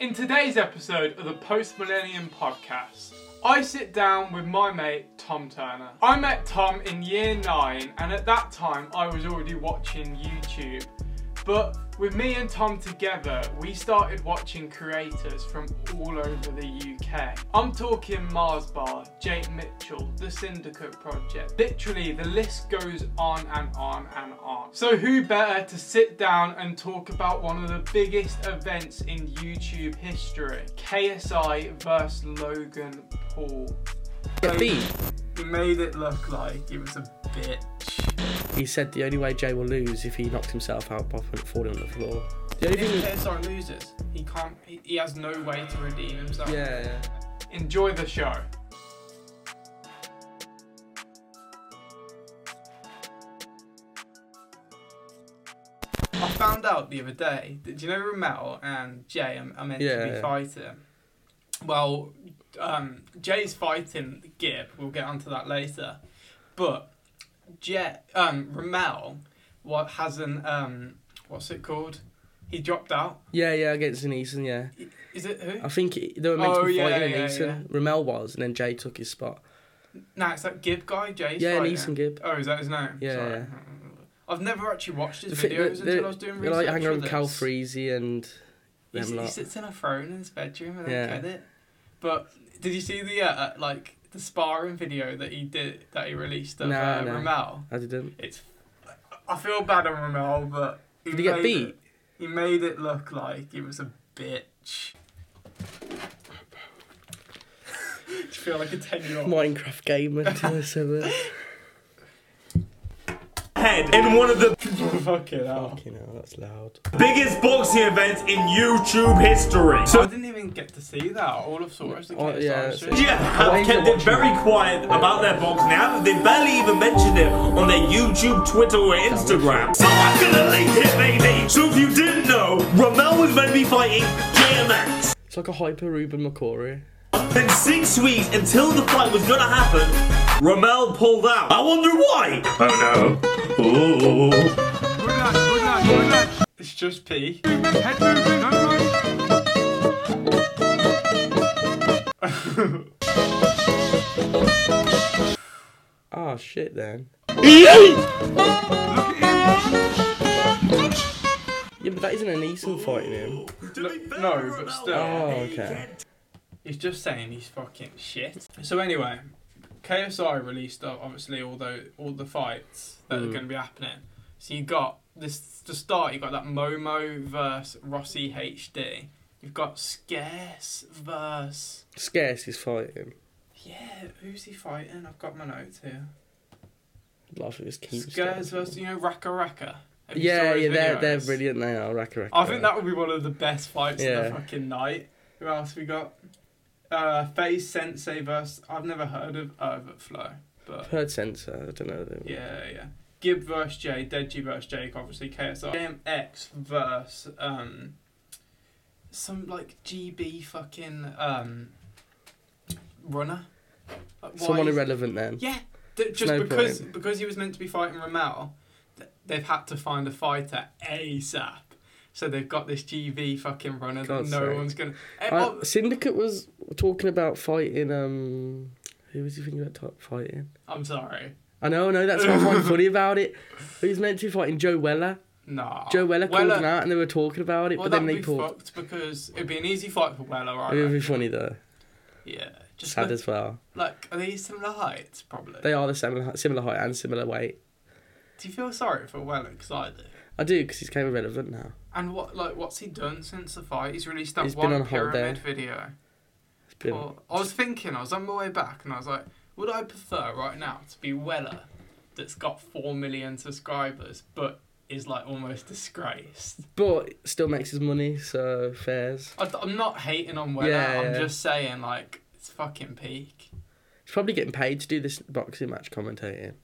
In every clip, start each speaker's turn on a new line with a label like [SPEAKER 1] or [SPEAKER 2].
[SPEAKER 1] In today's episode of the Post Millennium Podcast, I sit down with my mate Tom Turner. I met Tom in year nine, and at that time I was already watching YouTube. But with me and Tom together, we started watching creators from all over the UK. I'm talking Mars Bar, Jake Mitchell, The Syndicate Project. Literally, the list goes on and on and on. So, who better to sit down and talk about one of the biggest events in YouTube history KSI versus Logan Paul? He made it look like he was a bitch.
[SPEAKER 2] He said the only way Jay will lose if he knocked himself out by f- falling on the floor. The only thing.
[SPEAKER 1] KSI loses, he can't. He, he has no way to redeem himself.
[SPEAKER 2] Yeah,
[SPEAKER 1] Enjoy the show. I found out the other day that do you know Ramel and Jay are, are meant to be
[SPEAKER 2] Yeah.
[SPEAKER 1] fighting. Well, um, Jay's fighting Gib. We'll get onto that later. But Jay, um, Ramel, what has an um, what's it called? He dropped out.
[SPEAKER 2] yeah, yeah, against Neeson, yeah.
[SPEAKER 1] Is it who?
[SPEAKER 2] I think it- they were meant
[SPEAKER 1] Oh,
[SPEAKER 2] to be
[SPEAKER 1] yeah,
[SPEAKER 2] fighting
[SPEAKER 1] yeah,
[SPEAKER 2] Neeson. Ramel was, and then Jay took his spot.
[SPEAKER 1] No, it's that Gib guy, Jay's
[SPEAKER 2] yeah,
[SPEAKER 1] fighting.
[SPEAKER 2] Neeson Gibb.
[SPEAKER 1] Oh, is that his name?
[SPEAKER 2] Yeah,
[SPEAKER 1] Sorry.
[SPEAKER 2] yeah.
[SPEAKER 1] I've never actually watched his
[SPEAKER 2] The fi-
[SPEAKER 1] videos
[SPEAKER 2] the-
[SPEAKER 1] until
[SPEAKER 2] the-
[SPEAKER 1] I was doing
[SPEAKER 2] They
[SPEAKER 1] research.
[SPEAKER 2] like hang
[SPEAKER 1] for
[SPEAKER 2] around with Cal
[SPEAKER 1] this.
[SPEAKER 2] Freezy and
[SPEAKER 1] He,
[SPEAKER 2] them
[SPEAKER 1] s- he
[SPEAKER 2] lot.
[SPEAKER 1] sits in a throne in his bedroom and
[SPEAKER 2] Yeah.
[SPEAKER 1] I get it. But did you see the uh, like the sparring video that he did that he released of
[SPEAKER 2] No,
[SPEAKER 1] uh,
[SPEAKER 2] no.
[SPEAKER 1] Ramel?
[SPEAKER 2] I didn't.
[SPEAKER 1] It's I feel bad on Ramel, but he
[SPEAKER 2] Did he get
[SPEAKER 1] made
[SPEAKER 2] beat?
[SPEAKER 1] It, he made it look like he was a bitch. you feel like a ten year old.
[SPEAKER 2] Minecraft gamer to the server.
[SPEAKER 3] head in one of the
[SPEAKER 1] Fucking hell.
[SPEAKER 2] Fucking hell, that's loud.
[SPEAKER 3] biggest boxing events in YouTube history.
[SPEAKER 1] So I
[SPEAKER 3] So
[SPEAKER 1] didn't even get to see that. All of saw was the
[SPEAKER 2] Oh,
[SPEAKER 1] KSI
[SPEAKER 2] yeah,
[SPEAKER 1] shit.
[SPEAKER 2] it's-
[SPEAKER 3] yeah,
[SPEAKER 2] Why
[SPEAKER 3] have
[SPEAKER 2] is it
[SPEAKER 3] kept it
[SPEAKER 2] watching?
[SPEAKER 3] very quiet about their boxing. Now they barely even mentioned it on their YouTube, Twitter, or Instagram. So I'm gonna link it, baby. So if you didn't know, Ramel was meant to be fighting JMX.
[SPEAKER 2] It's like a hyper Ruben McCory.
[SPEAKER 3] Then six weeks until the fight was gonna happen, Ramel pulled out. I wonder why. Oh no. Ooh.
[SPEAKER 1] It's just pee.
[SPEAKER 2] Ah, shit then. Yeah, but that isn't a Neeson fighting him.
[SPEAKER 1] no, but still.
[SPEAKER 2] Oh, okay.
[SPEAKER 1] He's just saying he's fucking shit. So anyway, KSI released uh, obviously all the all the fights that are
[SPEAKER 2] Mm.
[SPEAKER 1] going to be happening. So you got this to start. You got that Momo verse Rossi HD. You've got Scarce verse.
[SPEAKER 2] Scarce is fighting.
[SPEAKER 1] Yeah, who's he fighting? I've got my notes here.
[SPEAKER 2] Life of his keeps.
[SPEAKER 1] Scarce versus you know Raka Raka. Have you
[SPEAKER 2] Yeah,
[SPEAKER 1] saw his
[SPEAKER 2] yeah, they're, they're
[SPEAKER 1] videos?
[SPEAKER 2] brilliant. They are. Raka Raka.
[SPEAKER 1] I think that would be one of the best fights of
[SPEAKER 2] Yeah.
[SPEAKER 1] the fucking night. Who else we got? Uh, Phase Sensei versus I've never heard of Overflow, but
[SPEAKER 2] Heard sensor. I don't know.
[SPEAKER 1] yeah, yeah. Gib versus Jay, Deji versus Jake, obviously KSI. JMX versus um, some like GB fucking um runner. Like, why
[SPEAKER 2] Someone
[SPEAKER 1] is-
[SPEAKER 2] irrelevant then.
[SPEAKER 1] yeah, th- just
[SPEAKER 2] no
[SPEAKER 1] because because he was meant to be fighting Ramel, th- they've had to find a fighter ASAP. So they've got this GV fucking runner
[SPEAKER 2] God's
[SPEAKER 1] that no
[SPEAKER 2] sake.
[SPEAKER 1] one's gonna. Eh,
[SPEAKER 2] Uh,
[SPEAKER 1] oh,
[SPEAKER 2] Syndicate was talking about fighting. Um, who was he thinking about top fighting?
[SPEAKER 1] I'm sorry.
[SPEAKER 2] I know, I know. That's what's quite funny about it. He was meant to be fighting Joe Weller.
[SPEAKER 1] Nah.
[SPEAKER 2] Joe Weller, called
[SPEAKER 1] Ah, Weller-
[SPEAKER 2] him out, and they were talking about it,
[SPEAKER 1] Well,
[SPEAKER 2] but then
[SPEAKER 1] that'd
[SPEAKER 2] they
[SPEAKER 1] be
[SPEAKER 2] pulled.
[SPEAKER 1] fucked because it'd be an easy fight for Weller, I
[SPEAKER 2] It would be
[SPEAKER 1] reckon.
[SPEAKER 2] funny though.
[SPEAKER 1] Yeah. Just
[SPEAKER 2] Sad
[SPEAKER 1] look-
[SPEAKER 2] as well.
[SPEAKER 1] like are these similar heights? Probably.
[SPEAKER 2] They are the similar, similar height and similar weight.
[SPEAKER 1] do you feel sorry for Weller? Because I do.
[SPEAKER 2] I do because he's kind of relevant now.
[SPEAKER 1] And what like what's he done since the fight? He's released that
[SPEAKER 2] He's been
[SPEAKER 1] one
[SPEAKER 2] on holiday.
[SPEAKER 1] pyramid video.
[SPEAKER 2] It's been-
[SPEAKER 1] Well, I was thinking, I was on my way back, and I was like, would I prefer right now to be Weller, that's got 4 million subscribers, but is like almost disgraced?
[SPEAKER 2] but still makes his money, so fairs.
[SPEAKER 1] I, am not hating on Weller,
[SPEAKER 2] Yeah,
[SPEAKER 1] I'm
[SPEAKER 2] yeah.
[SPEAKER 1] just saying, like, it's fucking peak.
[SPEAKER 2] He's probably getting paid to do this boxing match commentating.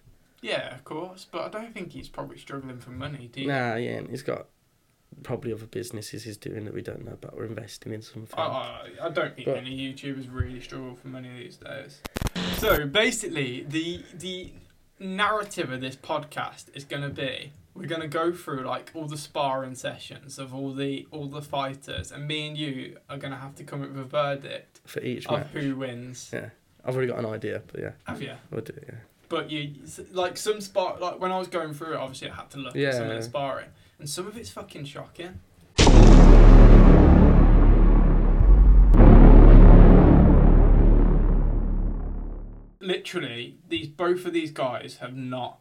[SPEAKER 1] Yeah, of course, but I don't think he's probably struggling for money, do you?
[SPEAKER 2] Nah, yeah, and he's got probably other businesses he's doing that we don't know about. We're investing in something.
[SPEAKER 1] I, I, I don't think
[SPEAKER 2] But-
[SPEAKER 1] many YouTubers really struggle for money these days. So basically, the the narrative of this podcast is going to be we're gonna go through like all the sparring sessions of all the all the fighters, and me and you are gonna have to come up with a verdict
[SPEAKER 2] for each
[SPEAKER 1] of
[SPEAKER 2] match.
[SPEAKER 1] who wins.
[SPEAKER 2] Yeah, I've already got an idea, but yeah,
[SPEAKER 1] Have you?
[SPEAKER 2] we'll do it. Yeah.
[SPEAKER 1] But you s- like some spar like when I was going through it, obviously I had to look at some of
[SPEAKER 2] Yeah.
[SPEAKER 1] the sparring, and some of it's fucking shocking. Literally, these both of these guys have not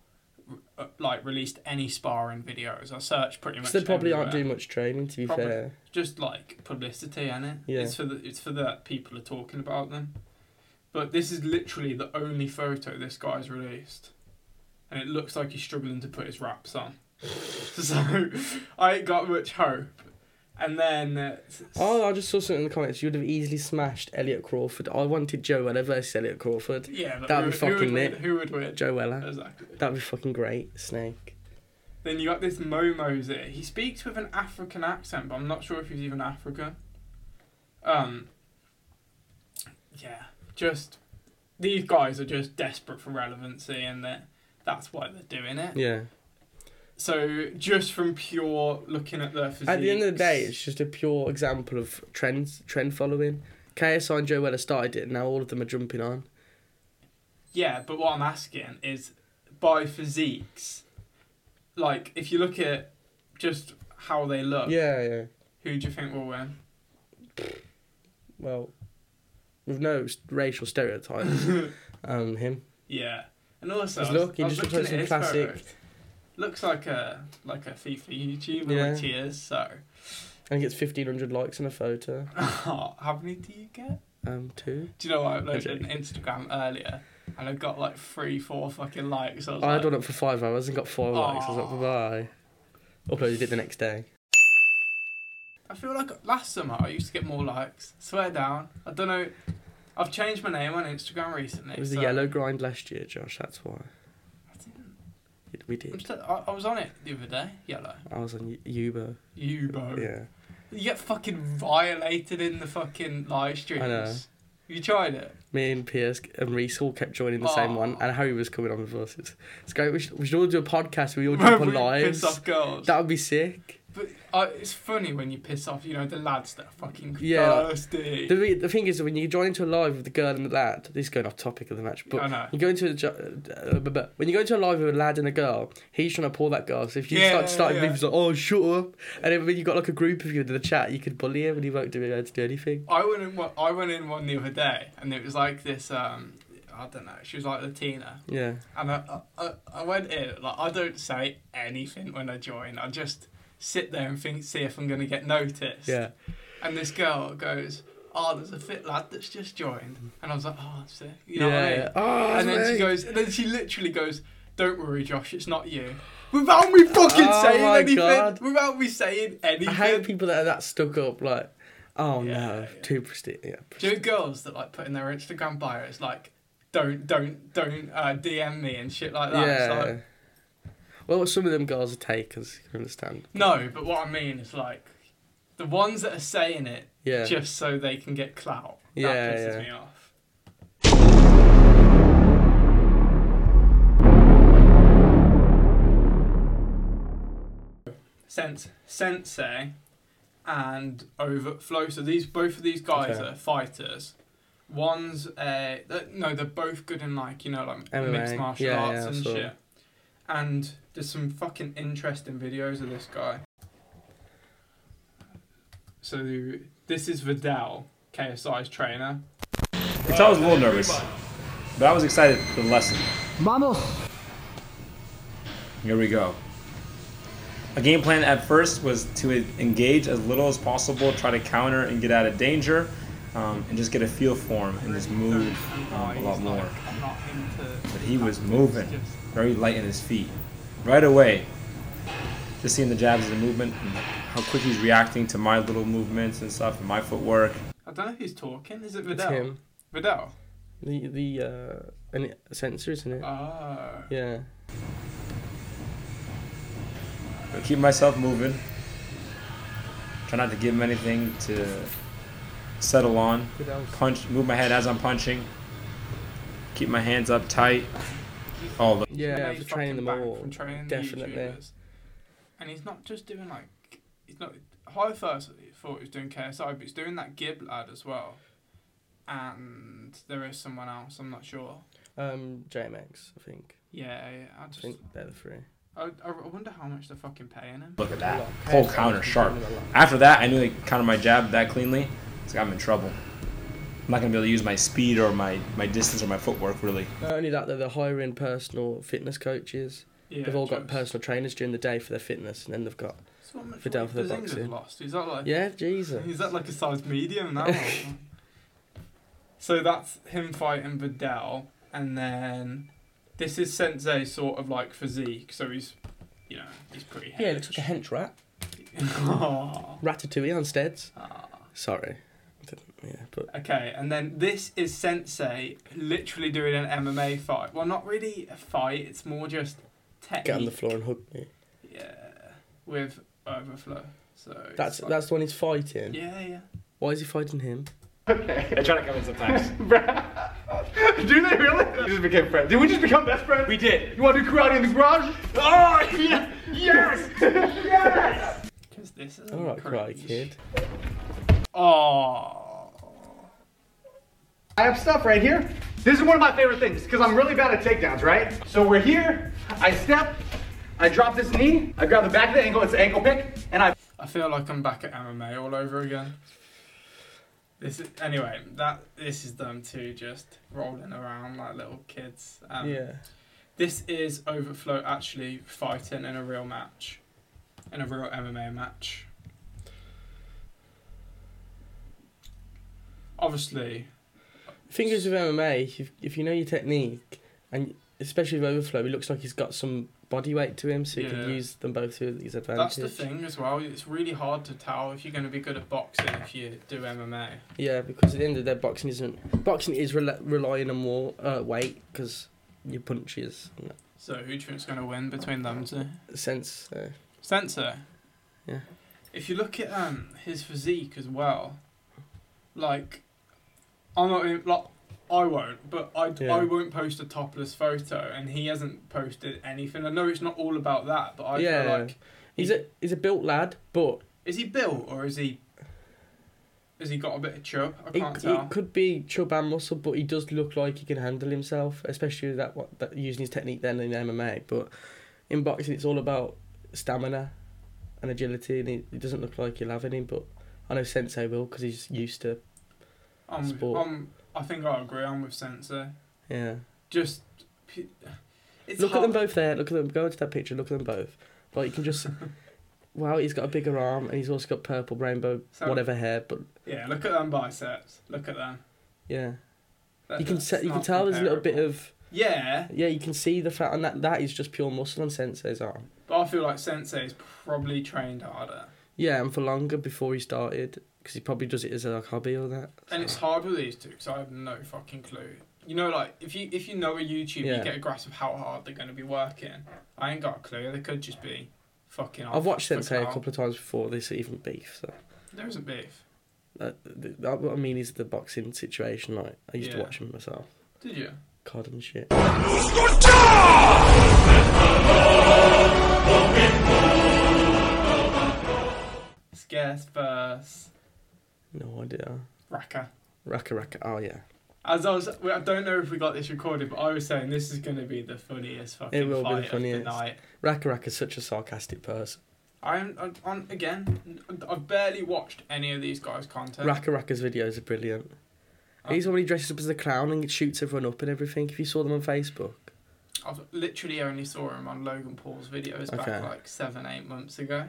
[SPEAKER 1] uh, like released any sparring videos. I searched pretty much.
[SPEAKER 2] So they probably aren't
[SPEAKER 1] everywhere.
[SPEAKER 2] doing much training, to be
[SPEAKER 1] Probably.
[SPEAKER 2] fair.
[SPEAKER 1] just like publicity, and it.
[SPEAKER 2] Yeah.
[SPEAKER 1] It's for the it's for that people are talking about them. But this is literally the only photo this guy's released, and it looks like he's struggling to put his wraps on. so I ain't got much hope. And then uh, s-
[SPEAKER 2] Oh, I just saw something in the comments. You would have easily smashed Elliot Crawford. I wanted Joe Weller versus Elliot Crawford.
[SPEAKER 1] yeah, but
[SPEAKER 2] That'd
[SPEAKER 1] who,
[SPEAKER 2] be
[SPEAKER 1] who would
[SPEAKER 2] fucking
[SPEAKER 1] win?
[SPEAKER 2] lit.
[SPEAKER 1] Who would win?
[SPEAKER 2] Joe Weller.
[SPEAKER 1] Exactly.
[SPEAKER 2] That'd be fucking great. Snake.
[SPEAKER 1] Then you got this Momo's here. He speaks with an African accent, but I'm not sure if he's even African. Um. Yeah, just these guys are just desperate for relevancy, and that that's why they're doing it.
[SPEAKER 2] Yeah.
[SPEAKER 1] So just from pure looking at their physique.
[SPEAKER 2] At the end of the day, it's just a pure example of trends, trend following. KSI and Joe Weller started it, and now all of them are jumping on.
[SPEAKER 1] Yeah, but what I'm asking is by physiques, like if you look at just how they look,
[SPEAKER 2] Yeah, yeah.
[SPEAKER 1] who do you think will win?
[SPEAKER 2] Well, with no s- racial stereotypes, um, him.
[SPEAKER 1] Yeah, and also
[SPEAKER 2] Just
[SPEAKER 1] I was-
[SPEAKER 2] look, he
[SPEAKER 1] I was
[SPEAKER 2] just looks
[SPEAKER 1] looking
[SPEAKER 2] like
[SPEAKER 1] at
[SPEAKER 2] some
[SPEAKER 1] his
[SPEAKER 2] classic-
[SPEAKER 1] photos. Looks like a like a FIFA YouTuber,
[SPEAKER 2] Yeah.
[SPEAKER 1] which he is. So,
[SPEAKER 2] And he gets 1,500 likes on a photo.
[SPEAKER 1] how many do you get?
[SPEAKER 2] Um, two.
[SPEAKER 1] Do you know I
[SPEAKER 2] Okay.
[SPEAKER 1] uploaded an Instagram earlier, and I got like three, four fucking likes. I was
[SPEAKER 2] I
[SPEAKER 1] like,
[SPEAKER 2] had one up for five hours and got four likes. I was like, bye bye. Uploaded it the next day.
[SPEAKER 1] I feel like last summer I used to get more likes. Swear down. I don't know. I've changed my name on Instagram recently.
[SPEAKER 2] It was
[SPEAKER 1] so
[SPEAKER 2] the yellow grind last year, Josh. That's why
[SPEAKER 1] I, didn't-
[SPEAKER 2] It- we
[SPEAKER 1] I'm
[SPEAKER 2] did.
[SPEAKER 1] still, I, I was on it the other day. Yellow.
[SPEAKER 2] I was on Uber.
[SPEAKER 1] You bro.
[SPEAKER 2] Yeah.
[SPEAKER 1] You get fucking violated in the fucking live streams. You tried it.
[SPEAKER 2] Me and Pierce and Reese all kept joining the same one,
[SPEAKER 1] Aw.
[SPEAKER 2] and Harry was coming on with us. It's, it's great. We should, we should all do a podcast. where We all
[SPEAKER 1] Where
[SPEAKER 2] jump
[SPEAKER 1] we
[SPEAKER 2] on
[SPEAKER 1] Piss
[SPEAKER 2] lives.
[SPEAKER 1] off girls.
[SPEAKER 2] That would be sick.
[SPEAKER 1] but uh, it's funny when you piss off, you know, the lads that are fucking
[SPEAKER 2] Yeah.
[SPEAKER 1] thirsty.
[SPEAKER 2] The, re- the thing is, that when you join into a live with the girl and the lad, this is going off topic of the match, but
[SPEAKER 1] I know.
[SPEAKER 2] You go into a jo- uh, but- but when you go into a live with a lad and a girl, he's trying to pull that girl. So if you
[SPEAKER 1] Yeah,
[SPEAKER 2] start starting
[SPEAKER 1] yeah.
[SPEAKER 2] beef, he's like, "Oh, shut up!" And then when you got like a group of you in the chat, you could bully him, and he won't do be able to do anything.
[SPEAKER 1] I went in one. I went in one the other day, and it was like this. Um, I don't know. She was like Latina,
[SPEAKER 2] Yeah,
[SPEAKER 1] and I, I, I- I went in. Like I don't say anything when I join. I just sit there and think, see if I'm gonna get noticed.
[SPEAKER 2] yeah.
[SPEAKER 1] And this girl goes, "Oh, there's a fit lad that's just joined," and I was like, "Oh, sick." You know what I mean?
[SPEAKER 2] Oh,
[SPEAKER 1] and then she
[SPEAKER 2] mate.
[SPEAKER 1] goes, and then she literally goes, "Don't worry, Josh, it's not you." Without me fucking
[SPEAKER 2] Oh
[SPEAKER 1] saying
[SPEAKER 2] my
[SPEAKER 1] anything,
[SPEAKER 2] God.
[SPEAKER 1] without me saying
[SPEAKER 2] I hate
[SPEAKER 1] anything.
[SPEAKER 2] people that are that stuck up. Like, oh
[SPEAKER 1] Yeah,
[SPEAKER 2] no,
[SPEAKER 1] yeah.
[SPEAKER 2] too prestigious. Yeah.
[SPEAKER 1] Do you know girls that like put in their Instagram bios like, "Don't, don't, don't uh, DM me" and shit like that? It's
[SPEAKER 2] yeah.
[SPEAKER 1] like,
[SPEAKER 2] well, some of them girls are takers. You can understand.
[SPEAKER 1] no, but what I mean is like, the ones that are saying it
[SPEAKER 2] Yeah.
[SPEAKER 1] just so they can get clout. That
[SPEAKER 2] Yeah,
[SPEAKER 1] pisses
[SPEAKER 2] yeah.
[SPEAKER 1] me off. Sense, Sensei and Overflow. So these both of these guys
[SPEAKER 2] Okay.
[SPEAKER 1] are fighters. One's a uh, no, they're both good in like you know like
[SPEAKER 2] MMA.
[SPEAKER 1] mixed martial
[SPEAKER 2] Yeah,
[SPEAKER 1] arts
[SPEAKER 2] yeah, I
[SPEAKER 1] and
[SPEAKER 2] saw.
[SPEAKER 1] shit. And there's some fucking interesting videos of this guy. So this is Vidal, KSI's trainer.
[SPEAKER 4] So I was a little nervous, but I was excited for the lesson. Vamos! Here we go. A game plan at first was to engage as little as possible, try to counter and get out of danger, um, and just get a feel for him and just move um, a lot more.
[SPEAKER 1] I'm not into.
[SPEAKER 4] But he was moving, very light in his feet. Right away, just seeing the jabs and the movement, and how quick he's reacting to my little movements and stuff, and my footwork.
[SPEAKER 1] I don't know who's talking. Is it
[SPEAKER 2] It's
[SPEAKER 1] Vidal?
[SPEAKER 2] him.
[SPEAKER 1] Vidal.
[SPEAKER 2] The the uh, and it, censor, isn't it?
[SPEAKER 1] Oh.
[SPEAKER 2] yeah.
[SPEAKER 4] But keep myself moving. Try not to give him anything to settle on.
[SPEAKER 2] Good out.
[SPEAKER 4] Punch, move my head as I'm punching. Keep my hands up tight. Oh, All the
[SPEAKER 2] Yeah,
[SPEAKER 1] Made
[SPEAKER 2] for training them
[SPEAKER 1] fucking bank
[SPEAKER 2] all.
[SPEAKER 1] from training
[SPEAKER 2] Definitely.
[SPEAKER 1] YouTubers. and he's not just doing like he's not. I first thought he was doing KSI, but he's doing that Gib lad as well, and there is someone else. I'm not sure.
[SPEAKER 2] Um, JMX, I think.
[SPEAKER 1] Yeah, yeah I
[SPEAKER 2] I
[SPEAKER 1] just
[SPEAKER 2] think they're the three.
[SPEAKER 1] I, I wonder how much they're fucking paying him.
[SPEAKER 4] Look at
[SPEAKER 2] A
[SPEAKER 4] that.
[SPEAKER 2] lot.
[SPEAKER 4] Ah, Whole
[SPEAKER 2] KSI
[SPEAKER 4] counter
[SPEAKER 2] is
[SPEAKER 4] sharp.
[SPEAKER 2] doing a lot.
[SPEAKER 4] After that, I knew he countered my jab that cleanly. It's like I'm in trouble. I'm not gonna be able to use my speed or my, my distance or my footwork really.
[SPEAKER 2] Not only that, though, they're hiring personal fitness coaches.
[SPEAKER 1] Yeah,
[SPEAKER 2] they've all got
[SPEAKER 1] just-
[SPEAKER 2] personal trainers during the day for their fitness, and then they've got
[SPEAKER 1] So much
[SPEAKER 2] Fidel
[SPEAKER 1] weight
[SPEAKER 2] for the
[SPEAKER 1] does England
[SPEAKER 2] boxing.
[SPEAKER 1] Lost. Is that like
[SPEAKER 2] yeah, Jesus.
[SPEAKER 1] Is that like a size medium now? so that's him fighting Vidal, and then this is Sensei's sort of like physique. So he's, you know, he's pretty.
[SPEAKER 2] Yeah, it looks like a hench rat.
[SPEAKER 1] Aw.
[SPEAKER 2] Ratatouille on steads.
[SPEAKER 1] Aw.
[SPEAKER 2] Sorry, I didn't. Yeah, but
[SPEAKER 1] Okay, and then this is Sensei literally doing an MMA fight. Well, not really a fight. It's more just technique.
[SPEAKER 2] get on the floor and hug me.
[SPEAKER 1] Yeah, with overflow. So it's
[SPEAKER 2] That's
[SPEAKER 1] like-
[SPEAKER 2] that's the one he's fighting.
[SPEAKER 1] Yeah, yeah.
[SPEAKER 2] Why is he fighting him?
[SPEAKER 5] They try to come in sometimes.
[SPEAKER 1] Do they really?
[SPEAKER 5] we just became friends. Did we just become best friends?
[SPEAKER 3] We did.
[SPEAKER 5] You want to do karate in the garage?
[SPEAKER 3] Oh, yeah.
[SPEAKER 1] Because this is
[SPEAKER 2] All right,
[SPEAKER 1] crazy.
[SPEAKER 2] karate kid.
[SPEAKER 1] Oh.
[SPEAKER 5] I have stuff right here. This is one of my favorite things because I'm really bad at takedowns, right? So we're here. I step. I drop this knee. I grab the back of the ankle. It's an ankle pick, and I
[SPEAKER 1] I feel like I'm back at MMA all over again. This is, anyway, that this is them two just rolling around like little kids. Um,
[SPEAKER 2] yeah.
[SPEAKER 1] This is Overflow actually fighting in a real match, in a real MMA match. Obviously,
[SPEAKER 2] The thing is with MMA, if, if you know your technique, and especially with overflow, it looks like he's got some body weight to him, so you
[SPEAKER 1] Yeah.
[SPEAKER 2] can use them both to his advantage.
[SPEAKER 1] that's the thing as well. It's really hard to tell if you're going to be good at boxing if you do MMA.
[SPEAKER 2] Yeah, because at the end of the day, boxing isn't boxing is rel- relying on more uh, weight because your punches and
[SPEAKER 1] So who do you think's going to win between them two?
[SPEAKER 2] that sense. Uh,
[SPEAKER 1] Sensor.
[SPEAKER 2] Yeah.
[SPEAKER 1] If you look at um his physique as well, like I'm not even- like I won't, but I
[SPEAKER 2] Yeah.
[SPEAKER 1] I won't post a topless photo, and he hasn't posted anything. I know it's not all about that, but I
[SPEAKER 2] Yeah.
[SPEAKER 1] feel like
[SPEAKER 2] he's a he's a built lad, but
[SPEAKER 1] is he built or is he has he got a bit of chub? I
[SPEAKER 2] it,
[SPEAKER 1] can't tell.
[SPEAKER 2] it could be chub and muscle, but he does look like he can handle himself, especially with that what that using his technique then in MMA. But in boxing, it's all about stamina and agility, and he, it doesn't look like he'll have any. But I know Sensei will because he's used to.
[SPEAKER 1] I'm, with-
[SPEAKER 2] sport.
[SPEAKER 1] I'm- I think I agree. I'm with Sensor.
[SPEAKER 2] Yeah,
[SPEAKER 1] Just p- it's
[SPEAKER 2] look
[SPEAKER 1] hard.
[SPEAKER 2] at them both there. Look at them. Go into that picture. Look at them both. Like you can just. wow, he's got a bigger arm, and he's also got purple rainbow
[SPEAKER 1] So-
[SPEAKER 2] whatever hair. But
[SPEAKER 1] Yeah, look at them biceps. Look at them.
[SPEAKER 2] yeah,
[SPEAKER 1] That-
[SPEAKER 2] you can
[SPEAKER 1] that's
[SPEAKER 2] se- you can
[SPEAKER 1] not
[SPEAKER 2] tell there's a little bit
[SPEAKER 1] comparable.
[SPEAKER 2] of
[SPEAKER 1] Yeah,
[SPEAKER 2] yeah. You can see the fat, and that that is just pure muscle on Sensei's arm.
[SPEAKER 1] but I feel like Sensei's probably trained harder.
[SPEAKER 2] Yeah, and for longer before he started, because he probably does it as a hobby or that.
[SPEAKER 1] And it's hard with these two because I have no fucking clue. You know, like if you if you know a YouTube, you
[SPEAKER 2] Yeah.
[SPEAKER 1] get a grasp of how hard they're going to be working. I ain't got a clue. They could just be fucking. off
[SPEAKER 2] I've watched
[SPEAKER 1] for
[SPEAKER 2] Sensei a
[SPEAKER 1] Carl.
[SPEAKER 2] couple of times before this even beef. So
[SPEAKER 1] There isn't beef.
[SPEAKER 2] that, that, what I mean is the boxing situation. Like I used to
[SPEAKER 1] Yeah.
[SPEAKER 2] watch him myself,
[SPEAKER 1] Did you?
[SPEAKER 2] cod and shit.
[SPEAKER 1] Scarce verse
[SPEAKER 2] No idea.
[SPEAKER 1] Racker.
[SPEAKER 2] Raka Raka. Oh yeah,
[SPEAKER 1] As I was, well, I don't know if we got this recorded, but I was saying this is going to be the funniest fucking
[SPEAKER 2] It will be the
[SPEAKER 1] fight of
[SPEAKER 2] funniest.
[SPEAKER 1] the night.
[SPEAKER 2] Raka Raka's such a sarcastic person.
[SPEAKER 1] I'm, I'm, I'm again. I've barely watched any of these guys' content.
[SPEAKER 2] Raka Raka's videos are brilliant.
[SPEAKER 1] Oh.
[SPEAKER 2] He's when he dresses up as a clown and shoots everyone up and everything. If you saw them on Facebook,
[SPEAKER 1] I've literally only saw him on Logan Paul's videos
[SPEAKER 2] Okay.
[SPEAKER 1] back like seven, eight months ago.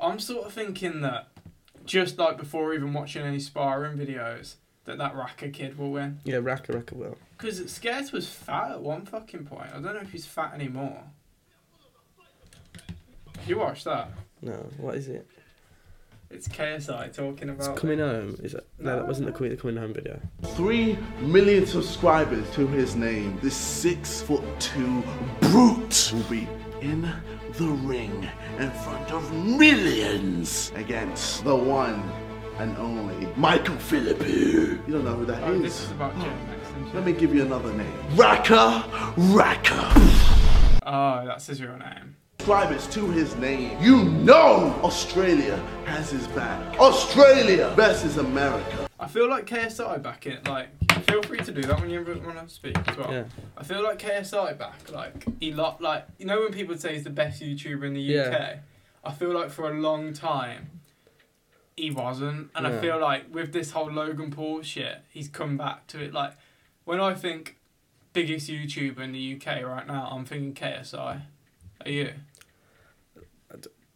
[SPEAKER 1] I'm sort of thinking that just like before even watching any sparring videos, that that Racker kid will win.
[SPEAKER 2] yeah, Raka Raka will.
[SPEAKER 1] Because Scarce was fat at one fucking point. I don't know if he's fat anymore. You watch that?
[SPEAKER 2] No, what is it?
[SPEAKER 1] It's KSI talking
[SPEAKER 2] It's
[SPEAKER 1] about.
[SPEAKER 2] coming home. Is it? No, that wasn't the
[SPEAKER 1] No.
[SPEAKER 2] Queen the coming home video.
[SPEAKER 6] Three million subscribers to his name. This six foot two brute will be in the ring in front of millions against the one and only Michael Philippi. You don't know who that is.
[SPEAKER 1] Oh, this is about Gen X and shit.
[SPEAKER 6] Let me give you another name. Raka Raka.
[SPEAKER 1] Oh, that's his real name.
[SPEAKER 6] subscribers to his name. You know Australia has his back. Australia versus America.
[SPEAKER 1] I feel like KSI back it. Like, feel free to do that when you when I speak as well.
[SPEAKER 2] Yeah.
[SPEAKER 1] I feel like KSI back. Like, he lot like you know when people say he's the best YouTuber in the UK.
[SPEAKER 2] Yeah.
[SPEAKER 1] I feel like for a long time, he wasn't, and I
[SPEAKER 2] Yeah.
[SPEAKER 1] feel like with this whole Logan Paul shit, he's come back to it. Like, when I think biggest YouTuber in the UK right now, I'm thinking KSI. Are you?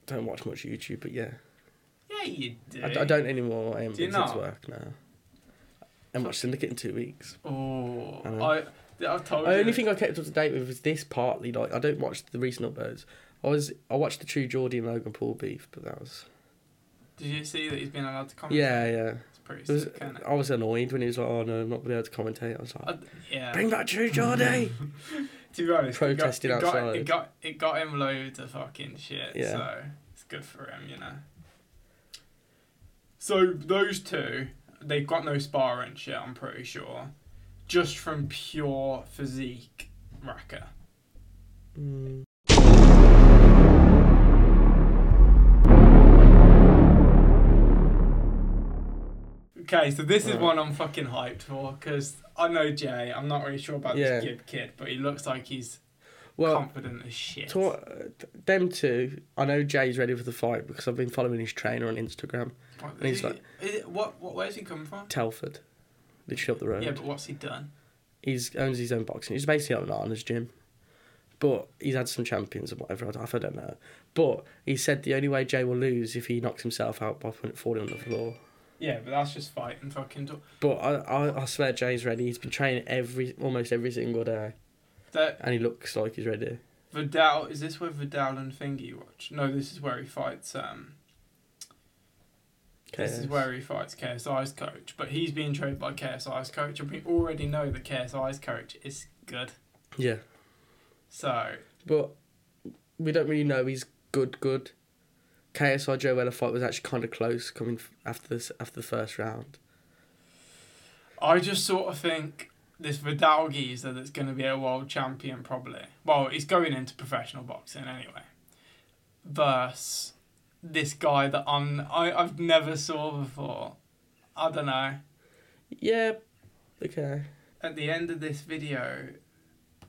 [SPEAKER 2] Don't watch much YouTube, but yeah.
[SPEAKER 1] Yeah, you do.
[SPEAKER 2] I, I don't anymore. I am
[SPEAKER 1] Do you
[SPEAKER 2] since
[SPEAKER 1] not?
[SPEAKER 2] work now. I haven't watched Syndicate in two weeks.
[SPEAKER 1] Oh,
[SPEAKER 2] I know.
[SPEAKER 1] I. I I've told
[SPEAKER 2] The
[SPEAKER 1] you.
[SPEAKER 2] only thing I kept up to date with was this partly. Like I don't watch the recent uploads. I was I watched the True Geordie and Logan Paul beef, but that was
[SPEAKER 1] Did you see that he's been allowed to comment?
[SPEAKER 2] yeah yeah.
[SPEAKER 1] Oh. It's pretty
[SPEAKER 2] It was,
[SPEAKER 1] sick, isn't it?
[SPEAKER 2] I was annoyed when he was like, "Oh no, I'm not being able to commentate." I was like,
[SPEAKER 1] I- yeah.
[SPEAKER 2] "Bring back True Geordie."
[SPEAKER 1] to be honest,
[SPEAKER 2] protested
[SPEAKER 1] it got, It
[SPEAKER 2] outside.
[SPEAKER 1] got, it got him loads of fucking shit.
[SPEAKER 2] Yeah.
[SPEAKER 1] So it's good for him, you know. So those two, they've got no sparring shit. I'm pretty sure, just from pure physique racker.
[SPEAKER 2] Mm.
[SPEAKER 1] Okay, so this is
[SPEAKER 2] Right.
[SPEAKER 1] one I'm fucking hyped for because I know Jay. I'm not really sure about this
[SPEAKER 2] Yeah.
[SPEAKER 1] Gib kid, but he looks like he's
[SPEAKER 2] Well,
[SPEAKER 1] confident as shit.
[SPEAKER 2] to, uh, them two, I know Jay's ready for the fight because I've been following his trainer on Instagram,
[SPEAKER 1] What-
[SPEAKER 2] he's
[SPEAKER 1] is
[SPEAKER 2] like-
[SPEAKER 1] he- is it- what, what, where's he come from?
[SPEAKER 2] Telford, literally up the road.
[SPEAKER 1] Yeah, but what's he done?
[SPEAKER 2] he's owns his own boxing. He's basically on Arna's gym, but he's had some champions and whatever. I don't- I don't know. But he said the only way Jay will lose if he knocks himself out by putting- falling on the floor.
[SPEAKER 1] Yeah, but that's just fighting fucking. Do-
[SPEAKER 2] But I, I, I swear Jay's ready. He's been training every almost every single day,
[SPEAKER 1] that
[SPEAKER 2] and he looks like he's ready.
[SPEAKER 1] Vidal is this where Vidal and Thingy watch? No, this is where he fights. Um, this is
[SPEAKER 2] KS.
[SPEAKER 1] where he fights KSI's coach, but he's being trained by KSI's coach, and we already know that KSI's coach is good.
[SPEAKER 2] Yeah,
[SPEAKER 1] So
[SPEAKER 2] but we don't really know he's good. Good. KSI Joe Weller fight was actually kind of close coming f- after this after the first round.
[SPEAKER 1] I just sort of think this Vidal geezer that's going to be a world champion probably. Well, he's going into professional boxing anyway. Versus this guy that I'm, I, I've never saw before. I don't know.
[SPEAKER 2] Yeah. Okay.
[SPEAKER 1] at the end of this video,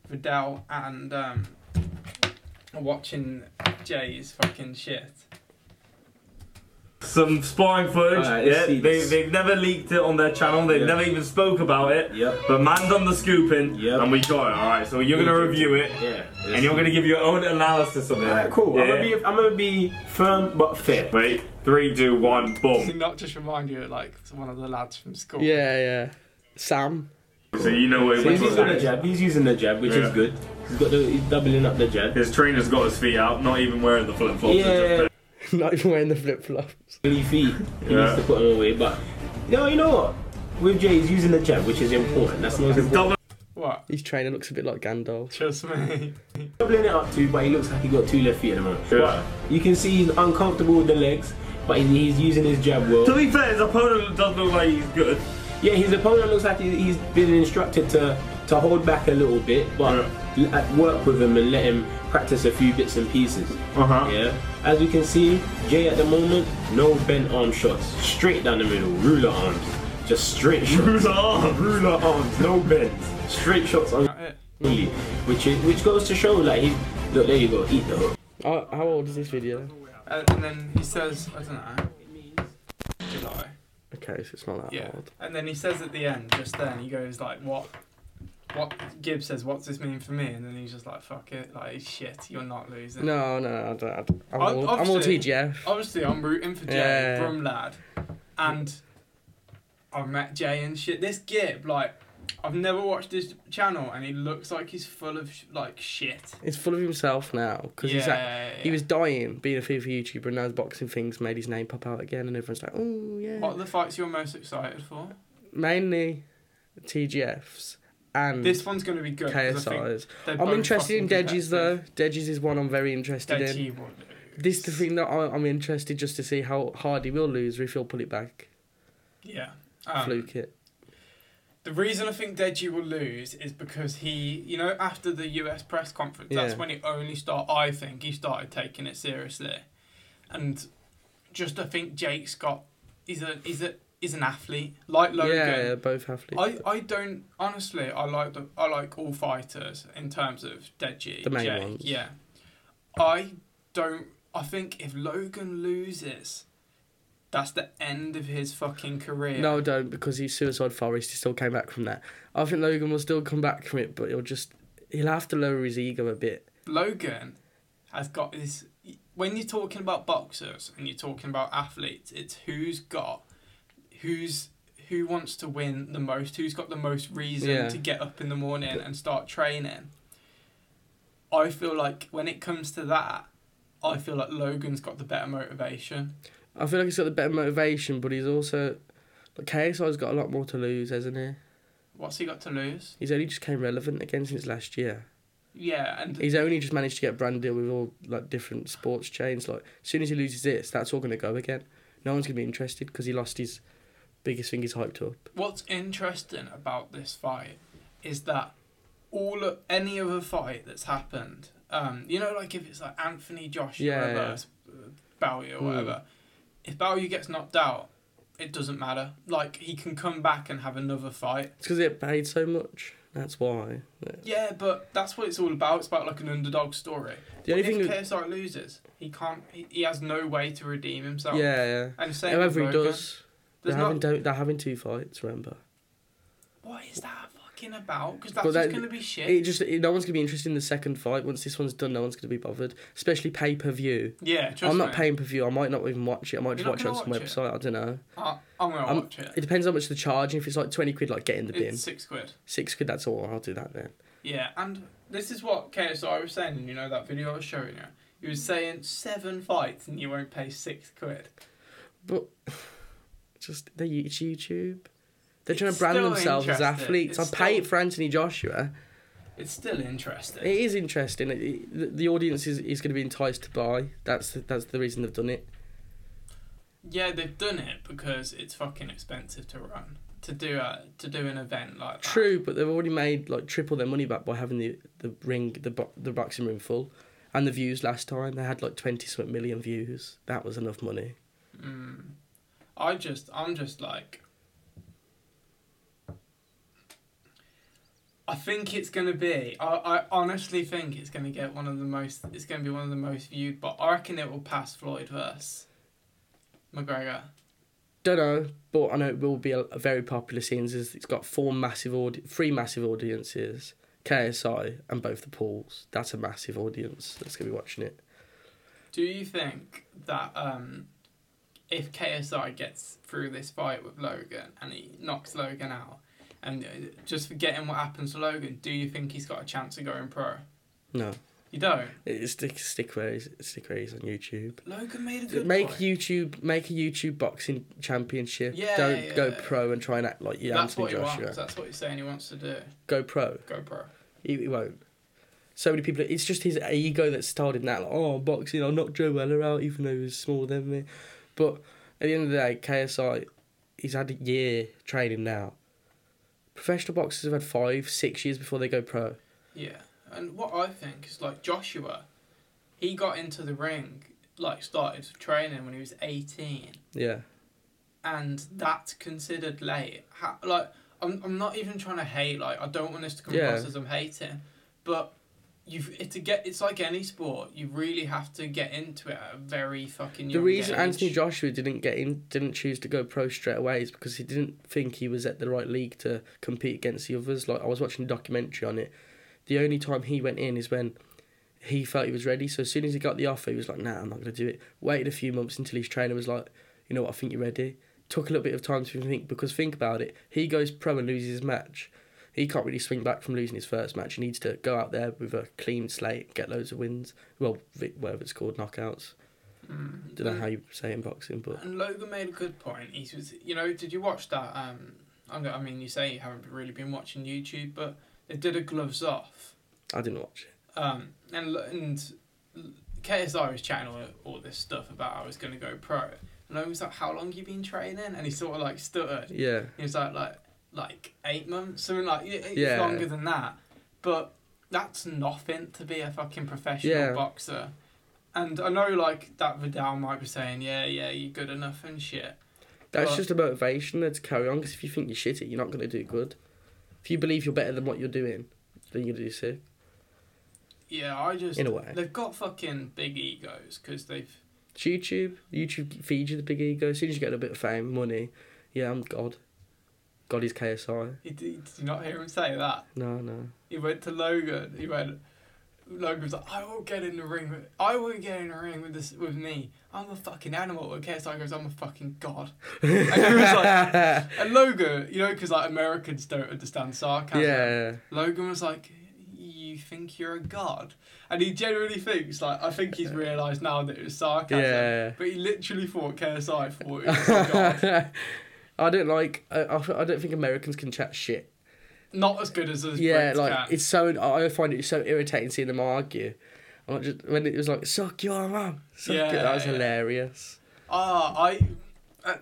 [SPEAKER 1] Vidal and um, are watching Jay's fucking shit.
[SPEAKER 3] Some sparring footage.
[SPEAKER 7] Alright, let's
[SPEAKER 3] yeah,
[SPEAKER 7] see
[SPEAKER 3] they,
[SPEAKER 7] this.
[SPEAKER 3] they've never leaked it on their channel. They've
[SPEAKER 7] Yeah.
[SPEAKER 3] never even spoke about it.
[SPEAKER 7] Yep.
[SPEAKER 3] But man done the scooping,
[SPEAKER 7] Yep.
[SPEAKER 3] and we got it. All right, so you're gonna review it,
[SPEAKER 7] Yeah.
[SPEAKER 3] and you're gonna give your own analysis of it.
[SPEAKER 7] Alright, cool. I'm, gonna be,
[SPEAKER 3] Yeah.
[SPEAKER 7] I'm gonna be firm but fair.
[SPEAKER 3] Wait, three, two, one,
[SPEAKER 1] To
[SPEAKER 3] boom.
[SPEAKER 1] not just remind you of like one of the lads from school.
[SPEAKER 2] Yeah, yeah. Sam.
[SPEAKER 3] So you know where
[SPEAKER 7] He's
[SPEAKER 3] which
[SPEAKER 7] using
[SPEAKER 3] one
[SPEAKER 7] the
[SPEAKER 3] it is.
[SPEAKER 7] jab. He's using the jab, which
[SPEAKER 3] Yeah.
[SPEAKER 7] is good. He's got the, he's doubling up the jab.
[SPEAKER 3] His trainer's got his feet out, not even wearing the flip flops.
[SPEAKER 7] Yeah,
[SPEAKER 2] Not even wearing the flip flops.
[SPEAKER 7] really feet. He
[SPEAKER 3] Yeah.
[SPEAKER 7] needs to put them away, but no, you know what? With Jay, he's using the jab, which is important. That's most important.
[SPEAKER 3] Double
[SPEAKER 1] What?
[SPEAKER 2] His trainer looks a bit like Gandalf.
[SPEAKER 1] Trust me.
[SPEAKER 7] Doubling it up too, but he looks like he got two left feet at the moment.
[SPEAKER 3] Yeah.
[SPEAKER 7] But you can see he's uncomfortable with the legs, but he's, he's using his jab well.
[SPEAKER 3] To be fair, his opponent does look like he's good.
[SPEAKER 7] Yeah, his opponent looks like he- he's been instructed to to hold back a little bit, but l- at work with him and let him practice a few bits and pieces.
[SPEAKER 3] Uh huh.
[SPEAKER 7] Yeah, as we can see, Jay at the moment no bent arm shots, straight down the middle, ruler arms, just straight shots,
[SPEAKER 3] Ruler arm.
[SPEAKER 7] ruler arms, no bends, straight shots
[SPEAKER 1] That it.
[SPEAKER 7] only, which is which goes to show like he look there you go, eat the hook.
[SPEAKER 2] Oh, how old is this video?
[SPEAKER 1] And, Uh, and then he says, I don't know. July.
[SPEAKER 2] Okay, so it's not that
[SPEAKER 1] Yeah.
[SPEAKER 2] old.
[SPEAKER 1] And then he says at the end, just then, he goes like, what? What Gibbs says, what's this mean for me? And then he's just like, fuck it, like shit, you're not losing.
[SPEAKER 2] No, no, I don't. I don't.
[SPEAKER 1] Ob-
[SPEAKER 2] I'm, all, I'm all
[SPEAKER 1] obviously-
[SPEAKER 2] TGF.
[SPEAKER 1] Obviously, I'm rooting for Jay
[SPEAKER 2] Yeah.
[SPEAKER 1] from Lad, and I met Jay and shit. This Gib, like, I've never watched his channel, and he looks like he's full of sh- like shit.
[SPEAKER 2] He's full of himself now because he's at, he was dying being a FIFA YouTuber and now his boxing things made his name pop out again and everyone's like, oh yeah.
[SPEAKER 1] What are the fights you're most excited for?
[SPEAKER 2] Mainly TGFs and
[SPEAKER 1] This one's gonna be good. 'cause I think
[SPEAKER 2] KSIs.
[SPEAKER 1] they're
[SPEAKER 2] I'm
[SPEAKER 1] both
[SPEAKER 2] interested in
[SPEAKER 1] fucking
[SPEAKER 2] Deji's though.
[SPEAKER 1] competitive.
[SPEAKER 2] Deji's is one I'm very interested in.
[SPEAKER 1] Deji will lose.
[SPEAKER 2] This the thing that I, I'm interested just to see how hard he will lose or if he'll pull it back,
[SPEAKER 1] Yeah. Um,
[SPEAKER 2] fluke it.
[SPEAKER 1] The reason I think Deji will lose is because he, you know, after the US press conference, that's
[SPEAKER 2] Yeah.
[SPEAKER 1] when he only start. I think he started taking it seriously, and just I think Jake's got. He's a he's a he's an athlete like Logan.
[SPEAKER 2] Yeah, yeah, both athletes.
[SPEAKER 1] I, I don't honestly I like the, I like all fighters in terms of Deji
[SPEAKER 2] The main
[SPEAKER 1] Jake,
[SPEAKER 2] ones.
[SPEAKER 1] yeah I don't I think if Logan loses that's the end of his fucking career
[SPEAKER 2] No, don't because he's suicide forest. He still came back from that. I think Logan will still come back from it, but he'll just he'll have to lower his ego a bit.
[SPEAKER 1] Logan has got this. When you're talking about boxers and you're talking about athletes, it's who's got, who's who wants to win the most, who's got the most reason
[SPEAKER 2] Yeah.
[SPEAKER 1] to get up in the morning and start training. I feel like when it comes to that, I feel like Logan's got the better motivation.
[SPEAKER 2] I feel like he's got the better motivation, but he's also like KSI's got a lot more to lose, hasn't he?
[SPEAKER 1] What's he got to lose?
[SPEAKER 2] He's only just came relevant again since last year.
[SPEAKER 1] Yeah, and
[SPEAKER 2] He's only just managed to get a brand deal with all like different sports chains. Like as soon as he loses this, that's all going to go again. No one's going to be interested because he lost his biggest thing. He's hyped up.
[SPEAKER 1] What's interesting about this fight is that all of, any other fight that's happened, um, you know, like if it's like Anthony Joshua
[SPEAKER 2] Yeah, yeah. Hmm.
[SPEAKER 1] versus uh, Bowie or whatever, if Bowie gets knocked out, it doesn't matter. Like he can come back and have another fight.
[SPEAKER 2] It's because he get paid so much. That's why.
[SPEAKER 1] Yeah, but that's what it's all about. It's about like an underdog story.
[SPEAKER 2] The only
[SPEAKER 1] if
[SPEAKER 2] thing. that-
[SPEAKER 1] KSI loses, he can't. He, he has no way to redeem himself.
[SPEAKER 2] yeah, yeah.
[SPEAKER 1] And same with
[SPEAKER 2] However, he
[SPEAKER 1] Logan.
[SPEAKER 2] does. They're
[SPEAKER 1] There's not-
[SPEAKER 2] having, do- they're having two fights, remember?
[SPEAKER 1] What is that fucking about? Because that's
[SPEAKER 2] But
[SPEAKER 1] just
[SPEAKER 2] that-
[SPEAKER 1] gonna be shit.
[SPEAKER 2] It just it- no one's gonna be interested in the second fight. Once this one's done, no one's gonna be bothered. Especially pay per view.
[SPEAKER 1] yeah, trust
[SPEAKER 2] I'm not
[SPEAKER 1] me.
[SPEAKER 2] paying per view. I might not even watch it. I might just
[SPEAKER 1] You're not
[SPEAKER 2] watch it on some
[SPEAKER 1] gonna watch it?
[SPEAKER 2] website. I don't know.
[SPEAKER 1] I, I'm gonna
[SPEAKER 2] I'm-
[SPEAKER 1] watch it.
[SPEAKER 2] It depends how much they're charging. If it's like twenty quid, like get in the Um, bin.
[SPEAKER 1] It's six quid.
[SPEAKER 2] Six quid. That's all. I'll do that then.
[SPEAKER 1] Yeah, and this is what KSI was saying in you know that video I was showing you. He was saying seven fights and you won't pay six quid.
[SPEAKER 2] But just they it's YouTube. They're trying
[SPEAKER 1] It's
[SPEAKER 2] to brand
[SPEAKER 1] still
[SPEAKER 2] themselves as
[SPEAKER 1] interesting.
[SPEAKER 2] athletes.
[SPEAKER 1] It's
[SPEAKER 2] I pay
[SPEAKER 1] still-
[SPEAKER 2] it for Anthony Joshua.
[SPEAKER 1] It's still interesting.
[SPEAKER 2] It is interesting. It, it- the, the audience is, is going to be enticed to buy. That's the, that's the reason they've done it.
[SPEAKER 1] yeah, they've done it because it's fucking expensive to run to do a to do an event like that.
[SPEAKER 2] True, but they've already made like triple their money back by having the the ring the bo- the boxing room full, and the views last time they had like twenty something million views. That was enough money.
[SPEAKER 1] Mm. I just, I'm just like, I think it's gonna be. I, I honestly think it's gonna get one of the most. It's gonna be one of the most viewed. But I reckon it will pass Floyd versus McGregor.
[SPEAKER 2] Don't know, but I know it will be a, a very popular scene. As it's got four massive audi- three massive audiences, KSI and both the pools. That's a massive audience that's gonna be watching it.
[SPEAKER 1] Do you think that um, if KSI gets through this fight with Logan and he knocks Logan out, and uh, just forgetting what happens to Logan, do you think he's got a chance of going pro?
[SPEAKER 2] No,
[SPEAKER 1] You don't.
[SPEAKER 2] it, stick stick where he's, stick where he's on YouTube.
[SPEAKER 1] Logan made a good
[SPEAKER 2] make
[SPEAKER 1] fight.
[SPEAKER 2] YouTube make a YouTube boxing championship.
[SPEAKER 1] Yeah,
[SPEAKER 2] Don't
[SPEAKER 1] yeah,
[SPEAKER 2] go
[SPEAKER 1] yeah.
[SPEAKER 2] pro and try and act like you're
[SPEAKER 1] That's
[SPEAKER 2] Anthony
[SPEAKER 1] what he
[SPEAKER 2] Joshua.
[SPEAKER 1] wants. That's what he's saying he wants to do.
[SPEAKER 2] Go pro.
[SPEAKER 1] Go pro.
[SPEAKER 2] He, he won't. So many people. It's just his ego that started that. Like, oh, boxing. I'll knock Joe Weller out, even though he was smaller than me. But at the end of the day, KSI, he's had a year training now. Professional boxers have had five, six years before they go pro.
[SPEAKER 1] Yeah. And what I think is like Joshua, he got into the ring, like started training when he was 18,
[SPEAKER 2] Yeah.
[SPEAKER 1] and that's considered late. How, like, I'm, I'm not even trying to hate, like, I don't want this to come
[SPEAKER 2] Yeah.
[SPEAKER 1] across as I'm hating, but. You've, it, to get it's like any sport you really have to get into it at a very fucking
[SPEAKER 2] The
[SPEAKER 1] young
[SPEAKER 2] reason
[SPEAKER 1] age.
[SPEAKER 2] Anthony Joshua didn't get in, didn't choose to go pro straight away is because he didn't think he was at the right league to compete against the others. Like I was watching a documentary on it. The only time he went in is when he felt he was ready. So as soon as he got the offer, he was like, "Nah, I'm not gonna do it." Waited a few months until his trainer was like, "You know what? I think you're ready." Took a little bit of time to think because think about it. He goes pro and loses his match. He can't really swing back from losing his first match. He needs to go out there with a clean slate, get loads of wins. Well, vi- whatever it's called, knockouts.
[SPEAKER 1] Mm.
[SPEAKER 2] Don't know
[SPEAKER 1] Mm.
[SPEAKER 2] how you say it in boxing, but
[SPEAKER 1] And Logan made a good point. He was, you know, did you watch that? Um, I'm, I mean, you say you haven't really been watching YouTube, but they did a gloves off,
[SPEAKER 2] I didn't watch it.
[SPEAKER 1] um, and Lo- and KSI was chatting all, all this stuff about how he's going to go pro, and I was like, how long you been training? And he sort of like stuttered.
[SPEAKER 2] Yeah.
[SPEAKER 1] He was like, like like eight months, something like it- it's
[SPEAKER 2] Yeah.
[SPEAKER 1] longer than that. But that's nothing to be a fucking professional
[SPEAKER 2] Yeah.
[SPEAKER 1] boxer. And I know like that Vidal might be saying, yeah, yeah, you're good enough and shit.
[SPEAKER 2] That's
[SPEAKER 1] But-
[SPEAKER 2] just a motivation there to carry on. Because if you think you're shitty, you're not going to do good. If you believe you're better than what you're doing, then you're going to do sick.
[SPEAKER 1] Yeah, I just
[SPEAKER 2] In a way.
[SPEAKER 1] they've got fucking big egos because they've
[SPEAKER 2] It's YouTube. YouTube feeds you the big ego. As soon as you get a bit of fame, money, yeah, I'm God. God is KSI.
[SPEAKER 1] He did, did you not hear him say that?
[SPEAKER 2] No, no.
[SPEAKER 1] He went to Logan. He went. Logan was like, "I won't get in the ring. With, I won't get in the ring with this with me. I'm a fucking animal." And KSI goes, "I'm a fucking god." and, he was like, and Logan, you know, because like Americans don't understand sarcasm.
[SPEAKER 2] Yeah.
[SPEAKER 1] Logan was like, "You think you're a god?" And he generally thinks like I think he's realised now that it was sarcasm.
[SPEAKER 2] Yeah.
[SPEAKER 1] But he literally thought KSI thought it was a god.
[SPEAKER 2] I don't like. I, I I don't think Americans can chat shit.
[SPEAKER 1] Not as good as us.
[SPEAKER 2] Yeah,
[SPEAKER 1] Brits
[SPEAKER 2] like
[SPEAKER 1] can.
[SPEAKER 2] it's so. I find it so irritating seeing them argue. I'm like, just when it was like suck your mum, suck
[SPEAKER 1] Yeah,
[SPEAKER 2] yeah, that was
[SPEAKER 1] yeah.
[SPEAKER 2] hilarious.
[SPEAKER 1] Ah, I, I,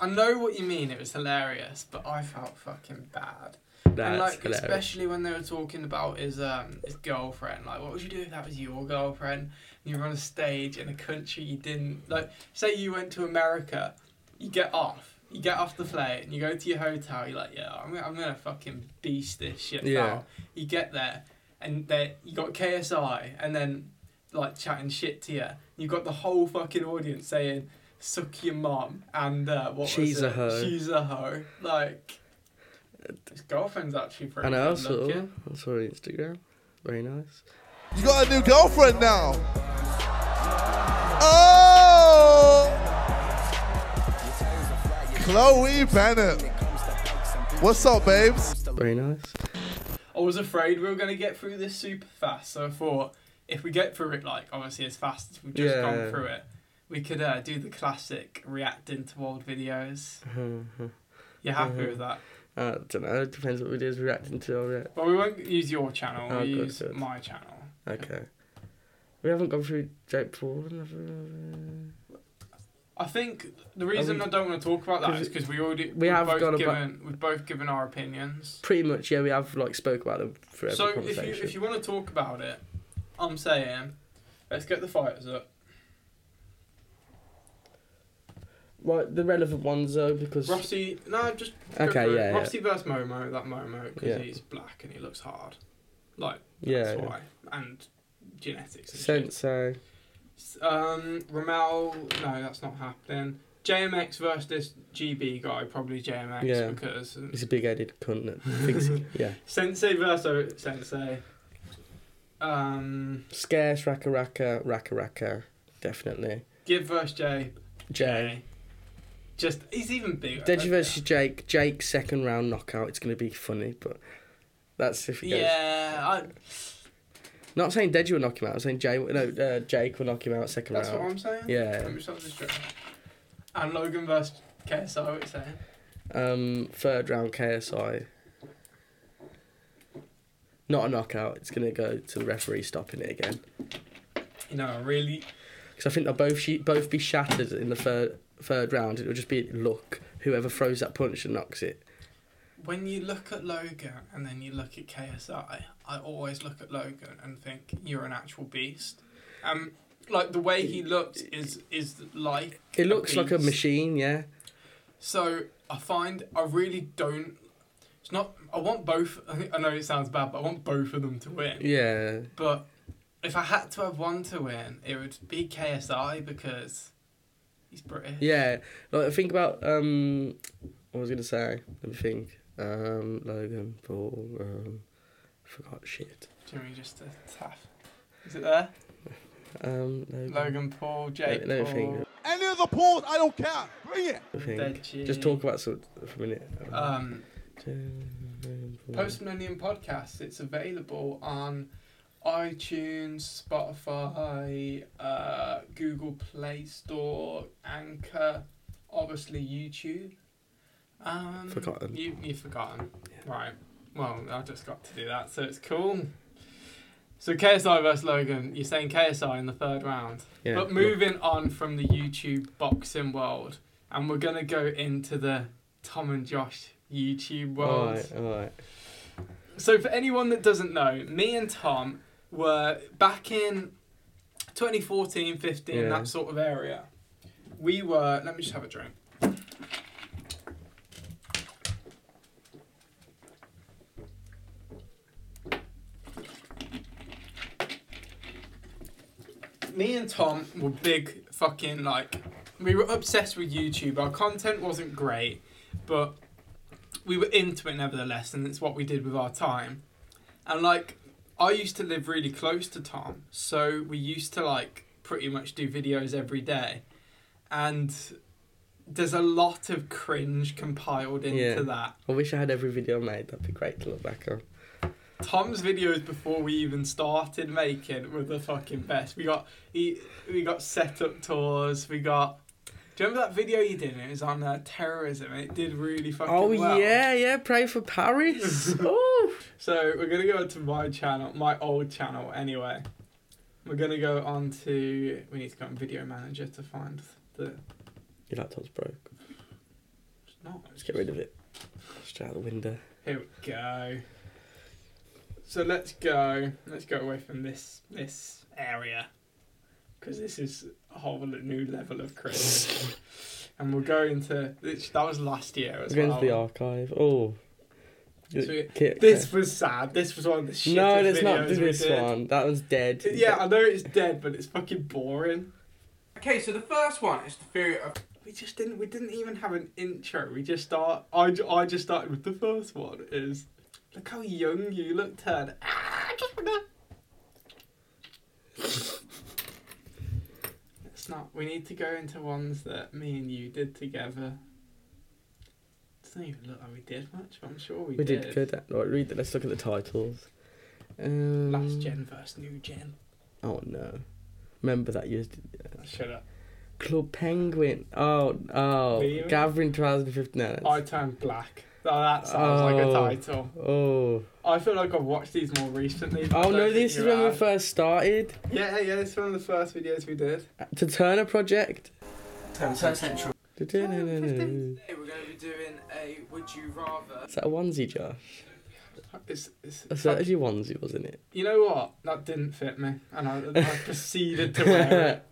[SPEAKER 1] I know what you mean. It was hilarious, but I felt fucking bad.
[SPEAKER 2] That's
[SPEAKER 1] and like,
[SPEAKER 2] hilarious.
[SPEAKER 1] especially when they were talking about his um his girlfriend. Like, what would you do if that was your girlfriend? And you were on a stage in a country you didn't like. Say you went to America, you get off. You get off the plane, and you go to your hotel. You're like, yeah, I'm, gonna- I'm gonna fucking beast this shit
[SPEAKER 2] Yeah.
[SPEAKER 1] out. You get there, and they you got KSI, and then like chatting shit to you. You got the whole fucking audience saying, "Suck your mum," and uh, what was
[SPEAKER 2] She's
[SPEAKER 1] it?
[SPEAKER 2] a hoe.
[SPEAKER 1] She's a hoe. Like his girlfriend's actually pretty.
[SPEAKER 2] And I
[SPEAKER 1] good
[SPEAKER 2] also
[SPEAKER 1] looking.
[SPEAKER 2] I saw her Instagram. Very nice.
[SPEAKER 8] You got a new girlfriend now. Oh! Chloe Bennett. What's up, babes?
[SPEAKER 2] Very nice.
[SPEAKER 1] I was afraid we were gonna get through this super fast, so I thought if we get through it like obviously as fast as we've just gone
[SPEAKER 2] Yeah.
[SPEAKER 1] through it, we could uh, do the classic reacting to old videos.
[SPEAKER 2] Mm-hmm.
[SPEAKER 1] You're happy with that?
[SPEAKER 2] Uh, I don't know. It depends what videos we're reacting to. all right.
[SPEAKER 1] Well, we won't use your channel.
[SPEAKER 2] Oh,
[SPEAKER 1] we'll
[SPEAKER 2] good,
[SPEAKER 1] use
[SPEAKER 2] good.
[SPEAKER 1] my channel.
[SPEAKER 2] Okay. We haven't gone through Jake Paul. and everything.
[SPEAKER 1] I think the reason
[SPEAKER 2] we-
[SPEAKER 1] I don't want to talk about that
[SPEAKER 2] 'Cause
[SPEAKER 1] is because we already
[SPEAKER 2] we
[SPEAKER 1] we've
[SPEAKER 2] have
[SPEAKER 1] both
[SPEAKER 2] gone
[SPEAKER 1] given
[SPEAKER 2] about-
[SPEAKER 1] we've both given our opinions.
[SPEAKER 2] Pretty much, yeah. We have like spoke about them for every
[SPEAKER 1] So if you
[SPEAKER 2] conversation.
[SPEAKER 1] if you want to talk about it, I'm saying let's get the fighters up.
[SPEAKER 2] Right, the relevant ones though, because
[SPEAKER 1] Rossi, no, just go
[SPEAKER 2] Okay,
[SPEAKER 1] for it.
[SPEAKER 2] yeah, yeah.
[SPEAKER 1] Rossi versus Momo, that Momo because
[SPEAKER 2] Yeah.
[SPEAKER 1] he's black and he looks hard, like
[SPEAKER 2] yeah,
[SPEAKER 1] that's
[SPEAKER 2] yeah.
[SPEAKER 1] why and genetics. And shit.
[SPEAKER 2] Sensei.
[SPEAKER 1] Um, Ramel, no, that's not happening. JMX versus this GB guy, probably JMX
[SPEAKER 2] Yeah.
[SPEAKER 1] because um,
[SPEAKER 2] He's a big-headed cunt. That thinks he- yeah.
[SPEAKER 1] Sensei versus Sensei. Um,
[SPEAKER 2] Scarce, Raka Raka, Raka Raka, definitely.
[SPEAKER 1] Give versus Jay.
[SPEAKER 2] Jay.
[SPEAKER 1] Just he's even bigger.
[SPEAKER 2] Deji versus Jake. Jake's second round knockout. It's gonna be funny, but that's if he goes.
[SPEAKER 1] Yeah, I,
[SPEAKER 2] Not saying Deji will knock him out. I'm saying Jay. No, uh, Jake will knock him out second
[SPEAKER 1] that's what
[SPEAKER 2] round.
[SPEAKER 1] I'm saying.
[SPEAKER 2] Yeah.
[SPEAKER 1] Let me stop this joke. And Logan versus KSI. What you saying?
[SPEAKER 2] Um, third round KSI. Not a knockout. It's gonna go to the referee stopping it again.
[SPEAKER 1] You know, I really.
[SPEAKER 2] Because I think they'll both she- both be shattered in the third third round. It'll just be luck. Whoever throws that punch and knocks it.
[SPEAKER 1] When you look at Logan and then you look at KSI, I always look at Logan and think you're an actual beast. Um, like the way he looks is is like.
[SPEAKER 2] It looks like a
[SPEAKER 1] beast.
[SPEAKER 2] machine. Yeah.
[SPEAKER 1] So I find I really don't. It's not. I want both. I think- I know it sounds bad, but I want both of them to win.
[SPEAKER 2] Yeah.
[SPEAKER 1] But if I had to have one to win, it would be KSI because he's British.
[SPEAKER 2] Yeah. Like think about um, what was I gonna say? Let me think. Um, Logan Paul. Um, forgot shit.
[SPEAKER 1] Jimmy just a tap. Is it there?
[SPEAKER 2] Um, Logan.
[SPEAKER 1] Logan Paul, Jake
[SPEAKER 2] no, no,
[SPEAKER 1] Paul,
[SPEAKER 8] Any of the pools, I don't care. Bring it.
[SPEAKER 2] I think.
[SPEAKER 1] Deji.
[SPEAKER 2] Just talk about some for a minute.
[SPEAKER 1] Um,
[SPEAKER 2] Logan Paul.
[SPEAKER 1] Post Millennium Podcast. It's available on iTunes, Spotify, uh, Google Play Store, Anchor, obviously YouTube. Um,
[SPEAKER 2] Forgotten.
[SPEAKER 1] You, you've forgotten. Right. Well, I just got to do that, so it's cool. So KSI versus Logan. You're saying KSI in the third round.
[SPEAKER 2] Yeah,
[SPEAKER 1] but moving on from the YouTube boxing world, and we're gonna go into the Tom and Josh YouTube world.
[SPEAKER 2] Alright, alright.
[SPEAKER 1] So, for anyone that doesn't know, me and Tom were back in 2014, 15,
[SPEAKER 2] Yeah.
[SPEAKER 1] that sort of area. We were. Let me just have a drink. Me and Tom were big fucking like. We were obsessed with YouTube. Our content wasn't great, but we were into it nevertheless, and it's what we did with our time. And like, I used to live really close to Tom, so we used to like pretty much do videos every day. And there's a lot of cringe compiled into
[SPEAKER 2] Yeah.
[SPEAKER 1] that.
[SPEAKER 2] I wish I had every video made. That'd be great to look back on.
[SPEAKER 1] Tom's videos before we even started making were the fucking best. We got he, we got setup tours. We got. Do you remember that video you did? It was on uh, terrorism. It did really fucking
[SPEAKER 2] Oh
[SPEAKER 1] well.
[SPEAKER 2] yeah, yeah. Pray for Paris. oh,
[SPEAKER 1] So we're gonna go to my channel, my old channel anyway. We're gonna go on to we need to go on video manager to find the
[SPEAKER 2] your laptop's broke.
[SPEAKER 1] it's not.
[SPEAKER 2] Let's get rid of it. Straight out the window.
[SPEAKER 1] Here we go. So let's go. Let's go away from this this area because this is a whole new level of cringe. and we'll go into which that was last year as
[SPEAKER 2] Let's go
[SPEAKER 1] well.
[SPEAKER 2] into the archive. Oh.
[SPEAKER 1] So we-
[SPEAKER 2] Ki-
[SPEAKER 1] This was sad. This was one of the shittest
[SPEAKER 2] no, that's
[SPEAKER 1] videos
[SPEAKER 2] not
[SPEAKER 1] we
[SPEAKER 2] this
[SPEAKER 1] did.
[SPEAKER 2] one. That one's dead.
[SPEAKER 1] Yeah, I know it's dead, but it's fucking boring.
[SPEAKER 9] Okay, so the first one is the theory of
[SPEAKER 1] We just didn't. We didn't even have an intro. We just start. I, ju- I just started with the first one. Is look how young you look, Ted. Ah, I just wanna- It's not. We need to go into ones that me and you did together. Doesn't even look like we did much. But I'm sure we,
[SPEAKER 2] We did good. At, right, read. The, let's look at the titles. Um,
[SPEAKER 1] Last gen versus new gen.
[SPEAKER 2] Oh no. Remember that year's
[SPEAKER 1] Shut up.
[SPEAKER 2] Club Penguin. Oh, oh,
[SPEAKER 1] Really?
[SPEAKER 2] Gathering 2015. No, that's-
[SPEAKER 1] I turned black. Oh, that sounds like a
[SPEAKER 2] Oh.
[SPEAKER 1] title.
[SPEAKER 2] oh,
[SPEAKER 1] I feel like I've watched these more recently. but I
[SPEAKER 2] oh
[SPEAKER 1] don't
[SPEAKER 2] no!
[SPEAKER 1] think
[SPEAKER 2] This
[SPEAKER 1] you
[SPEAKER 2] is when we
[SPEAKER 1] have.
[SPEAKER 2] first started.
[SPEAKER 1] Yeah, yeah, it's one of the first videos we did.
[SPEAKER 2] To Turner Project.
[SPEAKER 9] Central.
[SPEAKER 2] Is that a
[SPEAKER 9] Today we're going to be doing a would you rather.
[SPEAKER 2] onesie, Josh?
[SPEAKER 1] It's, it's,
[SPEAKER 2] That's actually onesie, wasn't it?
[SPEAKER 1] you know what? That didn't fit me, and I, I proceeded to wear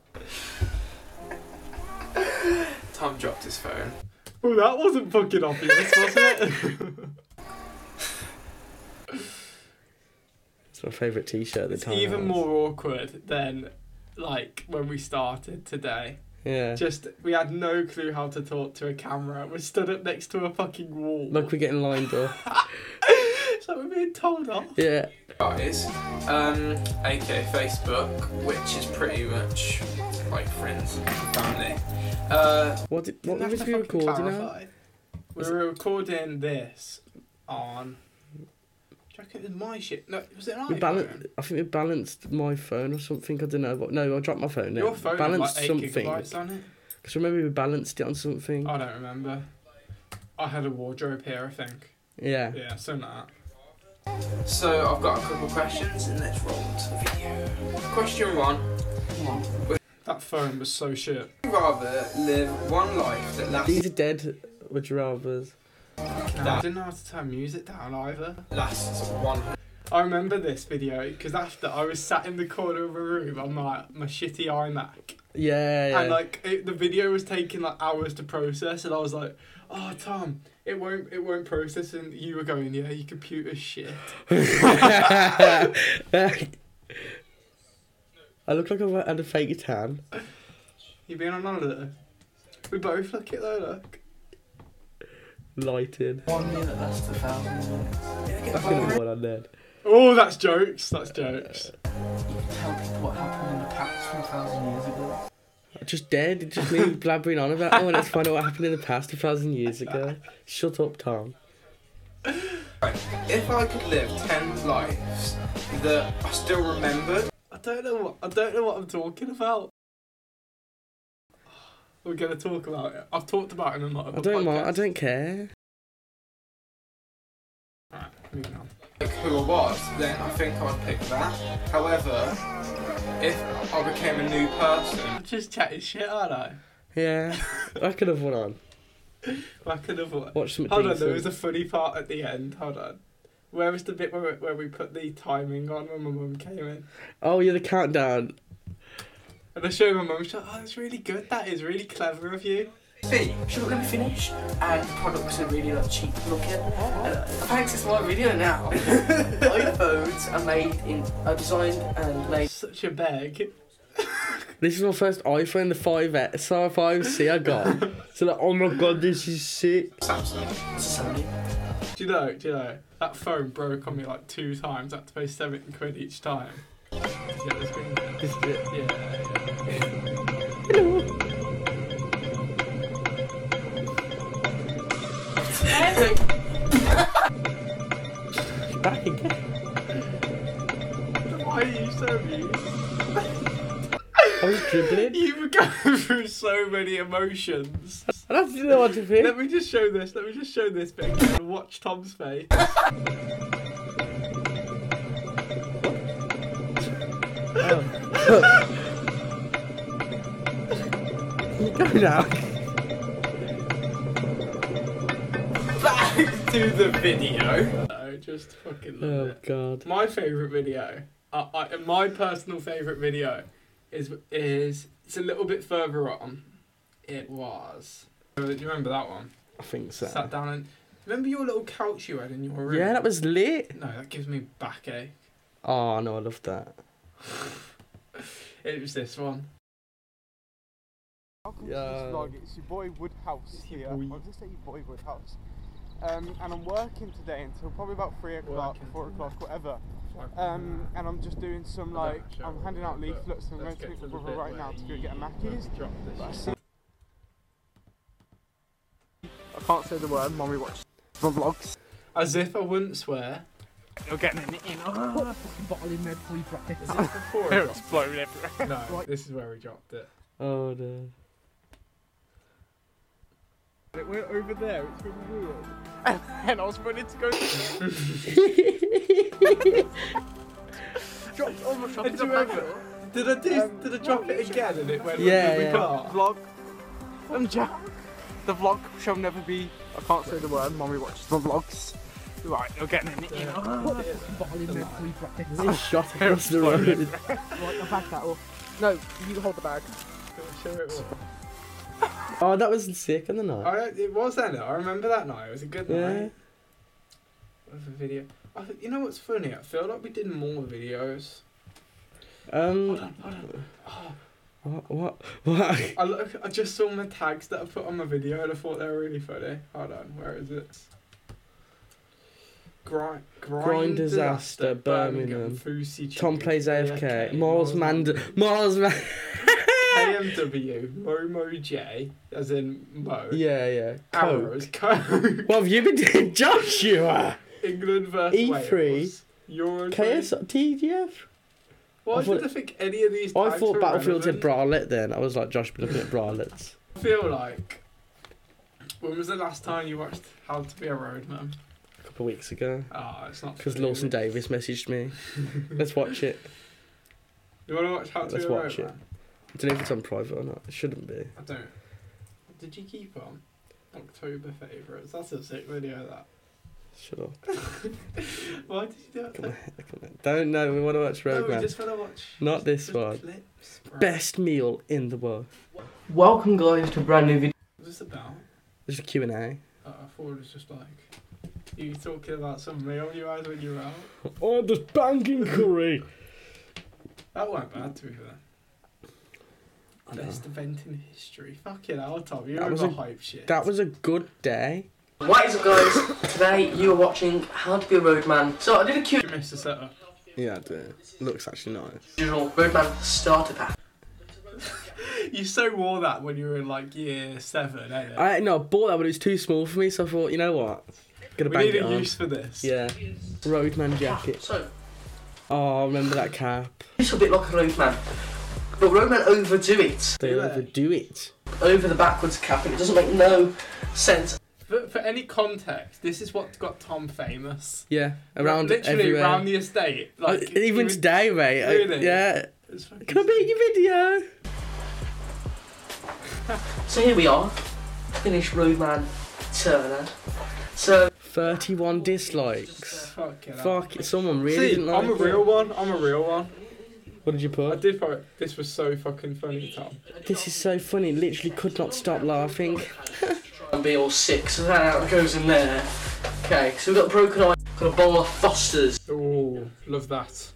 [SPEAKER 9] Tom dropped his phone.
[SPEAKER 1] it. Well, that wasn't fucking obvious, was it?
[SPEAKER 2] It's my favourite T-shirt at the
[SPEAKER 1] it's
[SPEAKER 2] time.
[SPEAKER 1] even more awkward than like when we started today.
[SPEAKER 2] Yeah.
[SPEAKER 1] Just we had no clue how to talk to a camera. We stood up next to a fucking wall.
[SPEAKER 2] Look, we're getting lined up.
[SPEAKER 1] so we're being told off.
[SPEAKER 2] Yeah.
[SPEAKER 9] Guys, um, aka Facebook, which is pretty much like friends and family. Uh,
[SPEAKER 2] What did what
[SPEAKER 1] Didn't
[SPEAKER 2] was
[SPEAKER 1] have
[SPEAKER 2] we
[SPEAKER 1] to fucking
[SPEAKER 2] recording at?
[SPEAKER 1] clarify. We were recording this on. Do you reckon it was my shit? No, was it an
[SPEAKER 2] We
[SPEAKER 1] iPhone?
[SPEAKER 2] balanced. I think we balanced my phone or something. I don't know. But no, I dropped my phone. in.
[SPEAKER 1] Your phone had
[SPEAKER 2] balanced
[SPEAKER 1] like eight
[SPEAKER 2] something.
[SPEAKER 1] gigabytes Oh, on it.
[SPEAKER 2] Because remember we balanced it on something.
[SPEAKER 1] I don't remember. I had a wardrobe here, I think.
[SPEAKER 2] yeah.
[SPEAKER 1] Yeah, so not.
[SPEAKER 9] so I've got a couple questions and let's roll into the video. Question one
[SPEAKER 1] That phone was so shit.
[SPEAKER 9] Would you rather live one life that
[SPEAKER 2] These
[SPEAKER 9] lasts,
[SPEAKER 2] are dead. Would you rather?
[SPEAKER 1] No, I didn't know how to turn music down either.
[SPEAKER 9] lasts one
[SPEAKER 1] I remember this video because after I was sat in the corner of a room on my my shitty iMac,
[SPEAKER 2] Yeah. yeah.
[SPEAKER 1] and like it, the video was taking like hours to process, and I was like, "Oh, Tom, it won't it won't process." And you were going, "Yeah, your computer's shit."
[SPEAKER 2] I look like I've had a fake tan.
[SPEAKER 1] You being on holiday? We both look it though. Look,
[SPEAKER 2] Lighted.
[SPEAKER 9] one year that lasts a thousand minutes.
[SPEAKER 2] That's gonna be what I did.
[SPEAKER 1] oh, that's jokes. That's jokes.
[SPEAKER 9] Tell people what happened in the past from a thousand years ago.
[SPEAKER 2] Just dead. It's Just me blabbering on about. Oh, let's find out what happened in the past, a thousand years ago. Shut up, Tom.
[SPEAKER 9] If I could live ten lives that I still remembered,
[SPEAKER 1] I don't know what I don't know what I'm talking about. We're gonna talk about it. I've talked about it in a lot of
[SPEAKER 2] I
[SPEAKER 1] the
[SPEAKER 2] don't mind. I
[SPEAKER 1] podcasts.
[SPEAKER 2] don't care.
[SPEAKER 1] Alright, moving on.
[SPEAKER 9] like who I was, then I think I'd pick that. However, if I became a new person,
[SPEAKER 1] I'm just chatting shit, aren't I?
[SPEAKER 2] Yeah. I could have one on.
[SPEAKER 1] Back in the foot.
[SPEAKER 2] Watch something
[SPEAKER 1] Hold on,
[SPEAKER 2] decent.
[SPEAKER 1] there was a funny part at the end. Hold on. Where was the bit where, where we put the timing on when my mum came in?
[SPEAKER 2] Oh, yeah, the countdown.
[SPEAKER 1] And I showed my mum, she's like, oh, that's really good. That is really clever of you.
[SPEAKER 10] See, she won't let me finish, and products are really like cheap looking. And I've access to my video now. iPhones are made in, are designed and made.
[SPEAKER 1] Such a beg.
[SPEAKER 2] This is my first iPhone, the 5S, or 5C I got. so, like, oh my god, this is sick.
[SPEAKER 9] Samsung.
[SPEAKER 10] It's a Sony.
[SPEAKER 1] Do you know, do you know, that phone broke on me like two times. I had to pay seven quid each time. Yeah, it's been-
[SPEAKER 2] This bit.
[SPEAKER 1] yeah, yeah.
[SPEAKER 2] Back again.
[SPEAKER 1] Why are you so mean?
[SPEAKER 2] I was dribbling.
[SPEAKER 1] You were going through so many emotions.
[SPEAKER 2] I don't even know what to
[SPEAKER 1] Let
[SPEAKER 2] think.
[SPEAKER 1] me just show this. Let me just show this bit again. Watch Tom's face.
[SPEAKER 2] You go now.
[SPEAKER 1] Back to the video. I just fucking love
[SPEAKER 2] Oh,
[SPEAKER 1] it.
[SPEAKER 2] God.
[SPEAKER 1] My favourite video, uh, I, my personal favourite video, is is it's a little bit further on. It was. Do you remember that one?
[SPEAKER 2] I think so.
[SPEAKER 1] Sat down and remember your little couch you had in your room.
[SPEAKER 2] Yeah, that was lit.
[SPEAKER 1] No, that gives me backache.
[SPEAKER 2] Oh, no, I love that.
[SPEAKER 1] It was this one.
[SPEAKER 5] Welcome to
[SPEAKER 2] Yeah.
[SPEAKER 5] this vlog. It's your boy Woodhouse
[SPEAKER 1] your
[SPEAKER 5] here.
[SPEAKER 1] boy.
[SPEAKER 5] I'll just say your boy Woodhouse. Um, and I'm working today until probably about three o'clock,
[SPEAKER 1] Working
[SPEAKER 5] four
[SPEAKER 1] today.
[SPEAKER 5] o'clock, whatever. Um, and I'm just doing some
[SPEAKER 1] I don't
[SPEAKER 5] like
[SPEAKER 1] actually
[SPEAKER 5] I'm
[SPEAKER 1] have
[SPEAKER 5] handing
[SPEAKER 1] one,
[SPEAKER 5] out
[SPEAKER 1] but
[SPEAKER 5] leaflets. and I'm going
[SPEAKER 1] let's
[SPEAKER 5] to
[SPEAKER 1] get
[SPEAKER 5] meet
[SPEAKER 1] to
[SPEAKER 5] my
[SPEAKER 1] the
[SPEAKER 5] brother
[SPEAKER 1] bit
[SPEAKER 5] right
[SPEAKER 1] where
[SPEAKER 5] now to go get a Mackey's.
[SPEAKER 1] Drop
[SPEAKER 5] But I,
[SPEAKER 1] this.
[SPEAKER 5] see- I can't say the word. Mommy watches my vlogs.
[SPEAKER 1] As if I wouldn't swear.
[SPEAKER 5] You're getting in Oh, the
[SPEAKER 1] Is
[SPEAKER 5] inner.
[SPEAKER 1] this before? I
[SPEAKER 5] They're
[SPEAKER 1] dropped-
[SPEAKER 5] exploding everywhere.
[SPEAKER 1] no, this is where we dropped it.
[SPEAKER 2] Oh, no.
[SPEAKER 5] It went over there. It's really weird. And then I was running to go. dropped almost dropped
[SPEAKER 1] Did you ever? Did I do? did I drop it again and it went?
[SPEAKER 2] Yeah,
[SPEAKER 1] we
[SPEAKER 2] yeah.
[SPEAKER 1] part?
[SPEAKER 5] vlog. I'm Jack. The vlog shall never be. I can't say the word. Mommy watches my vlogs. Right, you're getting in the inner.
[SPEAKER 2] He shot across the road.
[SPEAKER 5] No, you hold the bag.
[SPEAKER 1] Sure it was.
[SPEAKER 2] Oh, that was sick on the night.
[SPEAKER 1] I don't- it was that night. I remember that night. It was a good
[SPEAKER 2] Yeah.
[SPEAKER 1] night. Of a video. I th- you know what's funny? I feel like we did more videos. Hold
[SPEAKER 2] Um.
[SPEAKER 1] on, hold on.
[SPEAKER 2] What? What? What?
[SPEAKER 1] I look. I just saw my tags that I put on my video, and I thought they were really funny. Hold on, where is it? Grind, grind,
[SPEAKER 2] Grind
[SPEAKER 1] disaster,
[SPEAKER 2] disaster,
[SPEAKER 1] Birmingham,
[SPEAKER 2] Birmingham.
[SPEAKER 1] Fousey
[SPEAKER 2] Tom
[SPEAKER 1] chicken,
[SPEAKER 2] plays AFK. Miles
[SPEAKER 1] Manda,
[SPEAKER 2] Manda. Miles Man.
[SPEAKER 1] KMW, Momo J, as in Mo.
[SPEAKER 2] Yeah, yeah. Coke.
[SPEAKER 1] Arrows, Coke.
[SPEAKER 2] What have you been doing, Joshua?
[SPEAKER 1] England versus
[SPEAKER 2] E3.
[SPEAKER 1] Wales. Euro.
[SPEAKER 2] KS TGF?
[SPEAKER 1] Why
[SPEAKER 2] I thought-
[SPEAKER 1] did I think any of these?
[SPEAKER 2] I
[SPEAKER 1] tags
[SPEAKER 2] thought
[SPEAKER 1] were
[SPEAKER 2] Battlefield
[SPEAKER 1] relevant?
[SPEAKER 2] did bralette then. I was like, Josh, been looking at bralettes.
[SPEAKER 1] I feel like. When was the last time you watched How to Be a Roadman?
[SPEAKER 2] A couple of weeks ago.
[SPEAKER 1] Ah, it's not.
[SPEAKER 2] Because
[SPEAKER 1] for you.
[SPEAKER 2] Lawson Davis messaged me. Let's watch it.
[SPEAKER 1] You want to watch How to
[SPEAKER 2] Let's
[SPEAKER 1] Be a
[SPEAKER 2] watch it.
[SPEAKER 1] Roadman?
[SPEAKER 2] I don't know if it's on private or not. It shouldn't be.
[SPEAKER 1] I don't. Did you keep on? October favourites. That's a sick video. That.
[SPEAKER 2] Shut up.
[SPEAKER 1] Why did you do it?
[SPEAKER 2] Come on, come on. Don't know. We want to watch
[SPEAKER 1] No, we
[SPEAKER 2] Roadman.
[SPEAKER 1] just want to watch.
[SPEAKER 2] Not this
[SPEAKER 1] just
[SPEAKER 2] one.
[SPEAKER 1] Clips, bro.
[SPEAKER 2] Best meal in the world.
[SPEAKER 10] Welcome, guys, to a brand new video.
[SPEAKER 1] What's this about?
[SPEAKER 2] There's a Q&A.
[SPEAKER 1] Uh, I thought it was just like you talking about some meal you had when you were out.
[SPEAKER 2] Oh, this banging curry.
[SPEAKER 1] That weren't bad to be fair.
[SPEAKER 2] I know.
[SPEAKER 1] Best event in history. Fucking hell, Tom, you're
[SPEAKER 2] That
[SPEAKER 1] in
[SPEAKER 2] was
[SPEAKER 1] the
[SPEAKER 2] a-
[SPEAKER 1] hype shit.
[SPEAKER 2] That was a good day.
[SPEAKER 10] What is up, guys? Today you are watching How to Be a Roadman. So I did a Q
[SPEAKER 1] You missed the setup.
[SPEAKER 2] Yeah, I do. Looks actually nice.
[SPEAKER 10] usual Roadman starter pack.
[SPEAKER 1] You so wore that when you were in like year seven, ain't it?
[SPEAKER 2] I no, I bought that, but it was too small for me, so I thought, you know what? Gonna
[SPEAKER 1] we
[SPEAKER 2] bang
[SPEAKER 1] need
[SPEAKER 2] it
[SPEAKER 1] a
[SPEAKER 2] on.
[SPEAKER 1] use for this.
[SPEAKER 2] Yeah. Roadman jacket.
[SPEAKER 10] So
[SPEAKER 2] Oh, I remember that cap.
[SPEAKER 10] it's a bit like a Roadman, but Roadman overdo it
[SPEAKER 2] They
[SPEAKER 1] Do they?
[SPEAKER 2] overdo it.
[SPEAKER 10] over the backwards cap, and it doesn't make no sense.
[SPEAKER 1] For, for any context, this is what got Tom famous.
[SPEAKER 2] Yeah, around
[SPEAKER 1] literally
[SPEAKER 2] everywhere.
[SPEAKER 1] around the estate. Like
[SPEAKER 2] Uh, even
[SPEAKER 1] he-
[SPEAKER 2] today, mate. I-
[SPEAKER 1] Really?
[SPEAKER 2] yeah.
[SPEAKER 1] it's fucking
[SPEAKER 2] Can I make your video?
[SPEAKER 10] So here we are finish Roadman Turner. So
[SPEAKER 2] 31
[SPEAKER 10] uh,
[SPEAKER 2] dislikes.
[SPEAKER 1] Fucking hell.
[SPEAKER 2] Fuck, someone really
[SPEAKER 1] See,
[SPEAKER 2] didn't like
[SPEAKER 1] I'm a
[SPEAKER 2] it.
[SPEAKER 1] real one. I'm a real one.
[SPEAKER 2] What did you
[SPEAKER 1] I
[SPEAKER 2] put?
[SPEAKER 1] did. Find, this was so fucking funny, Tom.
[SPEAKER 2] This is so funny, literally could not stop laughing.
[SPEAKER 10] and be all six. So that goes in there. Okay, so we've got Broken Eye, got a bowl of Fosters.
[SPEAKER 1] Oh, love that.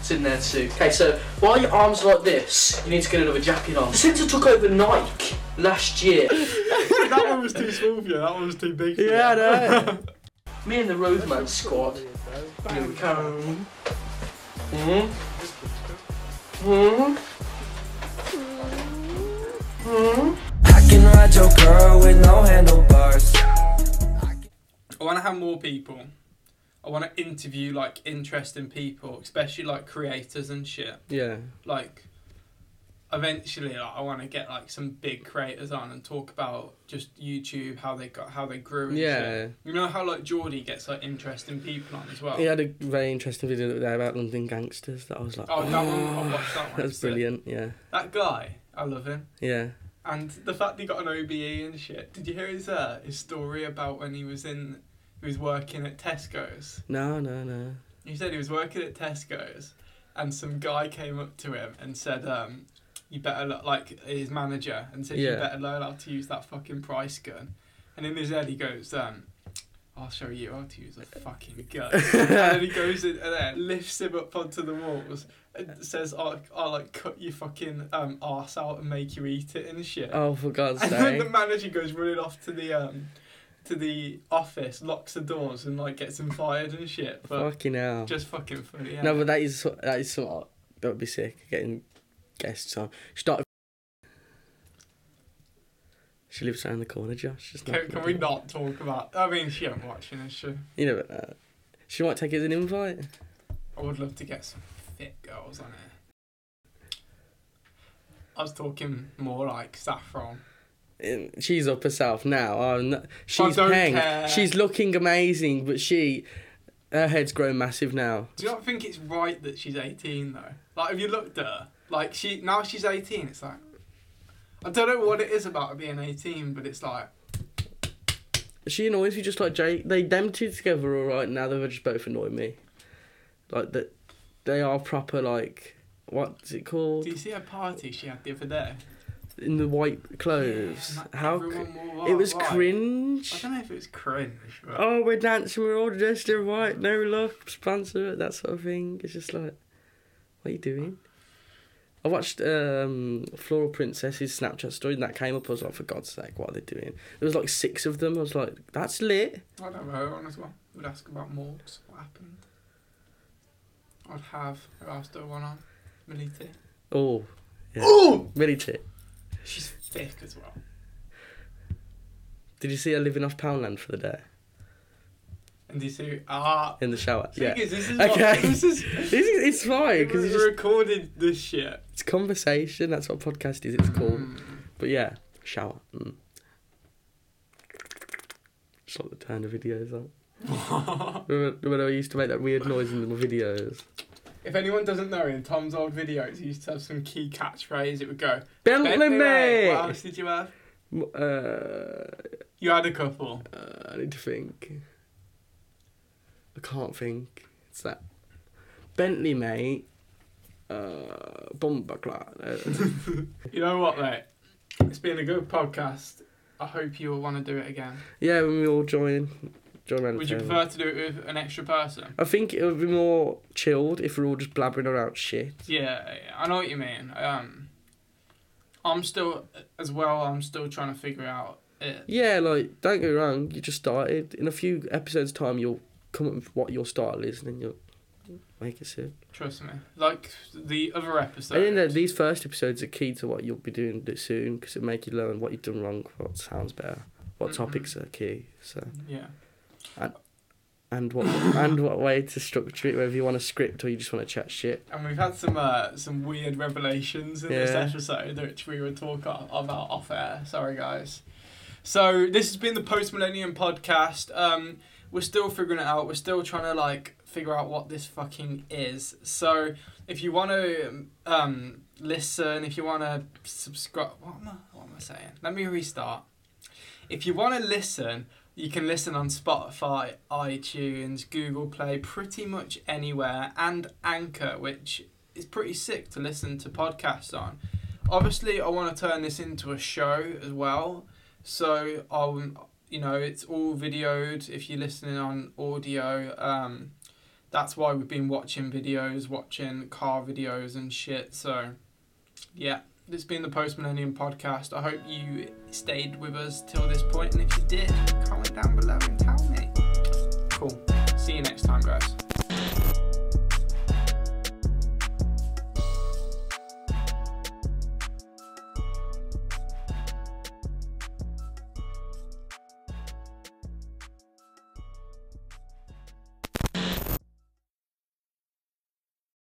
[SPEAKER 10] It's in there too. Okay, so while your arms are like this, you need to get another jacket on. Since I took over Nike last year,
[SPEAKER 1] that one was too small for you. That one was too big. For
[SPEAKER 2] Yeah, I know.
[SPEAKER 10] me and the Roadman squad, here we come. Mhm. Mhm.
[SPEAKER 11] I can ride your girl with no handlebars.
[SPEAKER 1] I want to have more people. I want to interview like interesting people, especially like creators and shit.
[SPEAKER 2] Yeah.
[SPEAKER 1] Like, eventually, like, I want to get like some big creators on and talk about just YouTube, how they got, how they grew. And shit.
[SPEAKER 2] Yeah.
[SPEAKER 1] You know how like Geordie gets like interesting people on as well.
[SPEAKER 2] He had a very interesting video the other day about London gangsters that I was like,
[SPEAKER 1] Oh, that one. I watched that one.
[SPEAKER 2] that's
[SPEAKER 1] It's sick.
[SPEAKER 2] brilliant, yeah.
[SPEAKER 1] That guy, I love him.
[SPEAKER 2] Yeah.
[SPEAKER 1] And the fact he got an OBE and shit. Did you hear his uh, his story about when he was in he was working at Tesco's?
[SPEAKER 2] No, no, no.
[SPEAKER 1] He said he was working at Tesco's and some guy came up to him and said, um, you better lo- like his manager and said you
[SPEAKER 2] Yeah.
[SPEAKER 1] better learn how to use that fucking price gun. And in his head he goes, um, I'll show you how to use a fucking gun. and then he goes in and then lifts him up onto the walls and says, I'll, I'll like cut your fucking um, arse out and make you eat it and shit.
[SPEAKER 2] Oh, for God's
[SPEAKER 1] And then
[SPEAKER 2] sake.
[SPEAKER 1] the manager goes running off to the um to the office, locks the doors, and like gets him fired and shit. But
[SPEAKER 2] Fucking hell.
[SPEAKER 1] just fucking funny. Yeah.
[SPEAKER 2] No, but that is that is something that would be sick getting guests on. She started. She lives around the corner, Josh. Just
[SPEAKER 1] can, can we not talk about? I mean, she ain't watching this shit.
[SPEAKER 2] You know, but, uh, she might take it as an invite.
[SPEAKER 1] I would love to get some fit girls on here. I was talking more like saffron.
[SPEAKER 2] Um, She's up herself now. Oh, no, she's
[SPEAKER 1] don't
[SPEAKER 2] paying.
[SPEAKER 1] care.
[SPEAKER 2] She's looking amazing, but she, her head's grown massive now.
[SPEAKER 1] Do you not think it's right that she's eighteen though? Like, have you looked at her? Like, she now she's eighteen. It's like. I don't know what it is about her being 18, but it's like,
[SPEAKER 2] She annoys me just like Jake. They them two together all right now. They just both annoy me. Like that, they are proper like what's it called
[SPEAKER 1] do you see her party she had the other day?
[SPEAKER 2] in the white clothes.
[SPEAKER 1] Not
[SPEAKER 2] How c-
[SPEAKER 1] everyone wore
[SPEAKER 2] it
[SPEAKER 1] white,
[SPEAKER 2] was
[SPEAKER 1] right? I
[SPEAKER 2] cringe.
[SPEAKER 1] don't know if it was cringe. But
[SPEAKER 2] Oh, we're dancing. We're all dressed in white. No look, sponsor it. That sort of thing. It's just like, what are you doing? I watched um, Floral Princess's Snapchat story and that came up. I was like, for God's sake, what are they doing? There was like six of them. I was like, that's lit.
[SPEAKER 1] I'd have her on as well. Would ask about Morgs, what happened. I'd have her after one on, Melita.
[SPEAKER 2] Oh, yeah. really tit.
[SPEAKER 1] She's thick as well.
[SPEAKER 2] Did you see her living off Poundland for the day
[SPEAKER 1] And these two are.
[SPEAKER 2] in the shower?
[SPEAKER 1] Yeah.
[SPEAKER 2] Yeah.
[SPEAKER 1] Is, this is
[SPEAKER 2] Okay.
[SPEAKER 1] what, this is.
[SPEAKER 2] It's, it's fine because
[SPEAKER 1] we
[SPEAKER 2] it's, just,
[SPEAKER 1] recorded this shit.
[SPEAKER 2] it's conversation. That's what a podcast is. It's called.
[SPEAKER 1] Mm.
[SPEAKER 2] But yeah, shower. Mm. Just like the turn the videos on. remember, remember I used to make that weird noise in the videos.
[SPEAKER 1] If anyone doesn't know, in Tom's old videos, he used to have some key catchphrase. It would go,
[SPEAKER 2] Bentley,
[SPEAKER 1] "Bentley, mate."
[SPEAKER 2] mate.
[SPEAKER 1] What else did you have?
[SPEAKER 2] M- Uh,
[SPEAKER 1] You had a couple.
[SPEAKER 2] uh, I need to think. I can't think. It's that Bentley, mate. Uh, bomber clock.
[SPEAKER 1] You know what, mate? It's been a good podcast. I hope you'll want to do it again.
[SPEAKER 2] Yeah, when we all join, join around the
[SPEAKER 1] Would you
[SPEAKER 2] table.
[SPEAKER 1] prefer to do it with an extra person?
[SPEAKER 2] I think it would be more chilled if we're all just blabbering around shit.
[SPEAKER 1] Yeah, yeah, I know what you mean. Um, I'm still as well. I'm still trying to figure out it.
[SPEAKER 2] Yeah, like don't get me wrong, you just started. In a few episodes' time, you'll come up with what your style is, and then you'll make it sit.
[SPEAKER 1] Trust me. Like the other episode.
[SPEAKER 2] I think that these first episodes are key to what you'll be doing d- soon because it'll make you learn what you've done wrong, what sounds better, what
[SPEAKER 1] Mhm.
[SPEAKER 2] topics are key, so
[SPEAKER 1] Yeah.
[SPEAKER 2] and what and what way to structure it, whether you want a script or you just want to chat shit.
[SPEAKER 1] And we've had some uh, some weird revelations in this
[SPEAKER 2] Yeah.
[SPEAKER 1] episode, which we will talk o- about off air. Sorry, guys. So this has been the Post Millennium podcast. Um, we're still figuring it out. We're still trying to like figure out what this fucking is. So if you want to um, listen, if you want to subscribe, what am I? What am I saying? Let me restart. If you want to listen, you can listen on Spotify, iTunes, Google Play, pretty much anywhere, and Anchor, which is pretty sick to listen to podcasts on. Obviously, I want to turn this into a show as well, so um, you know it's all videoed. If you're listening on audio, um, that's why we've been watching videos, watching car videos and shit. So, yeah, it's been the Post Millennium podcast. I hope you stayed with us till this point, and if you did, comment down below and tell me. Cool. See you next time, guys.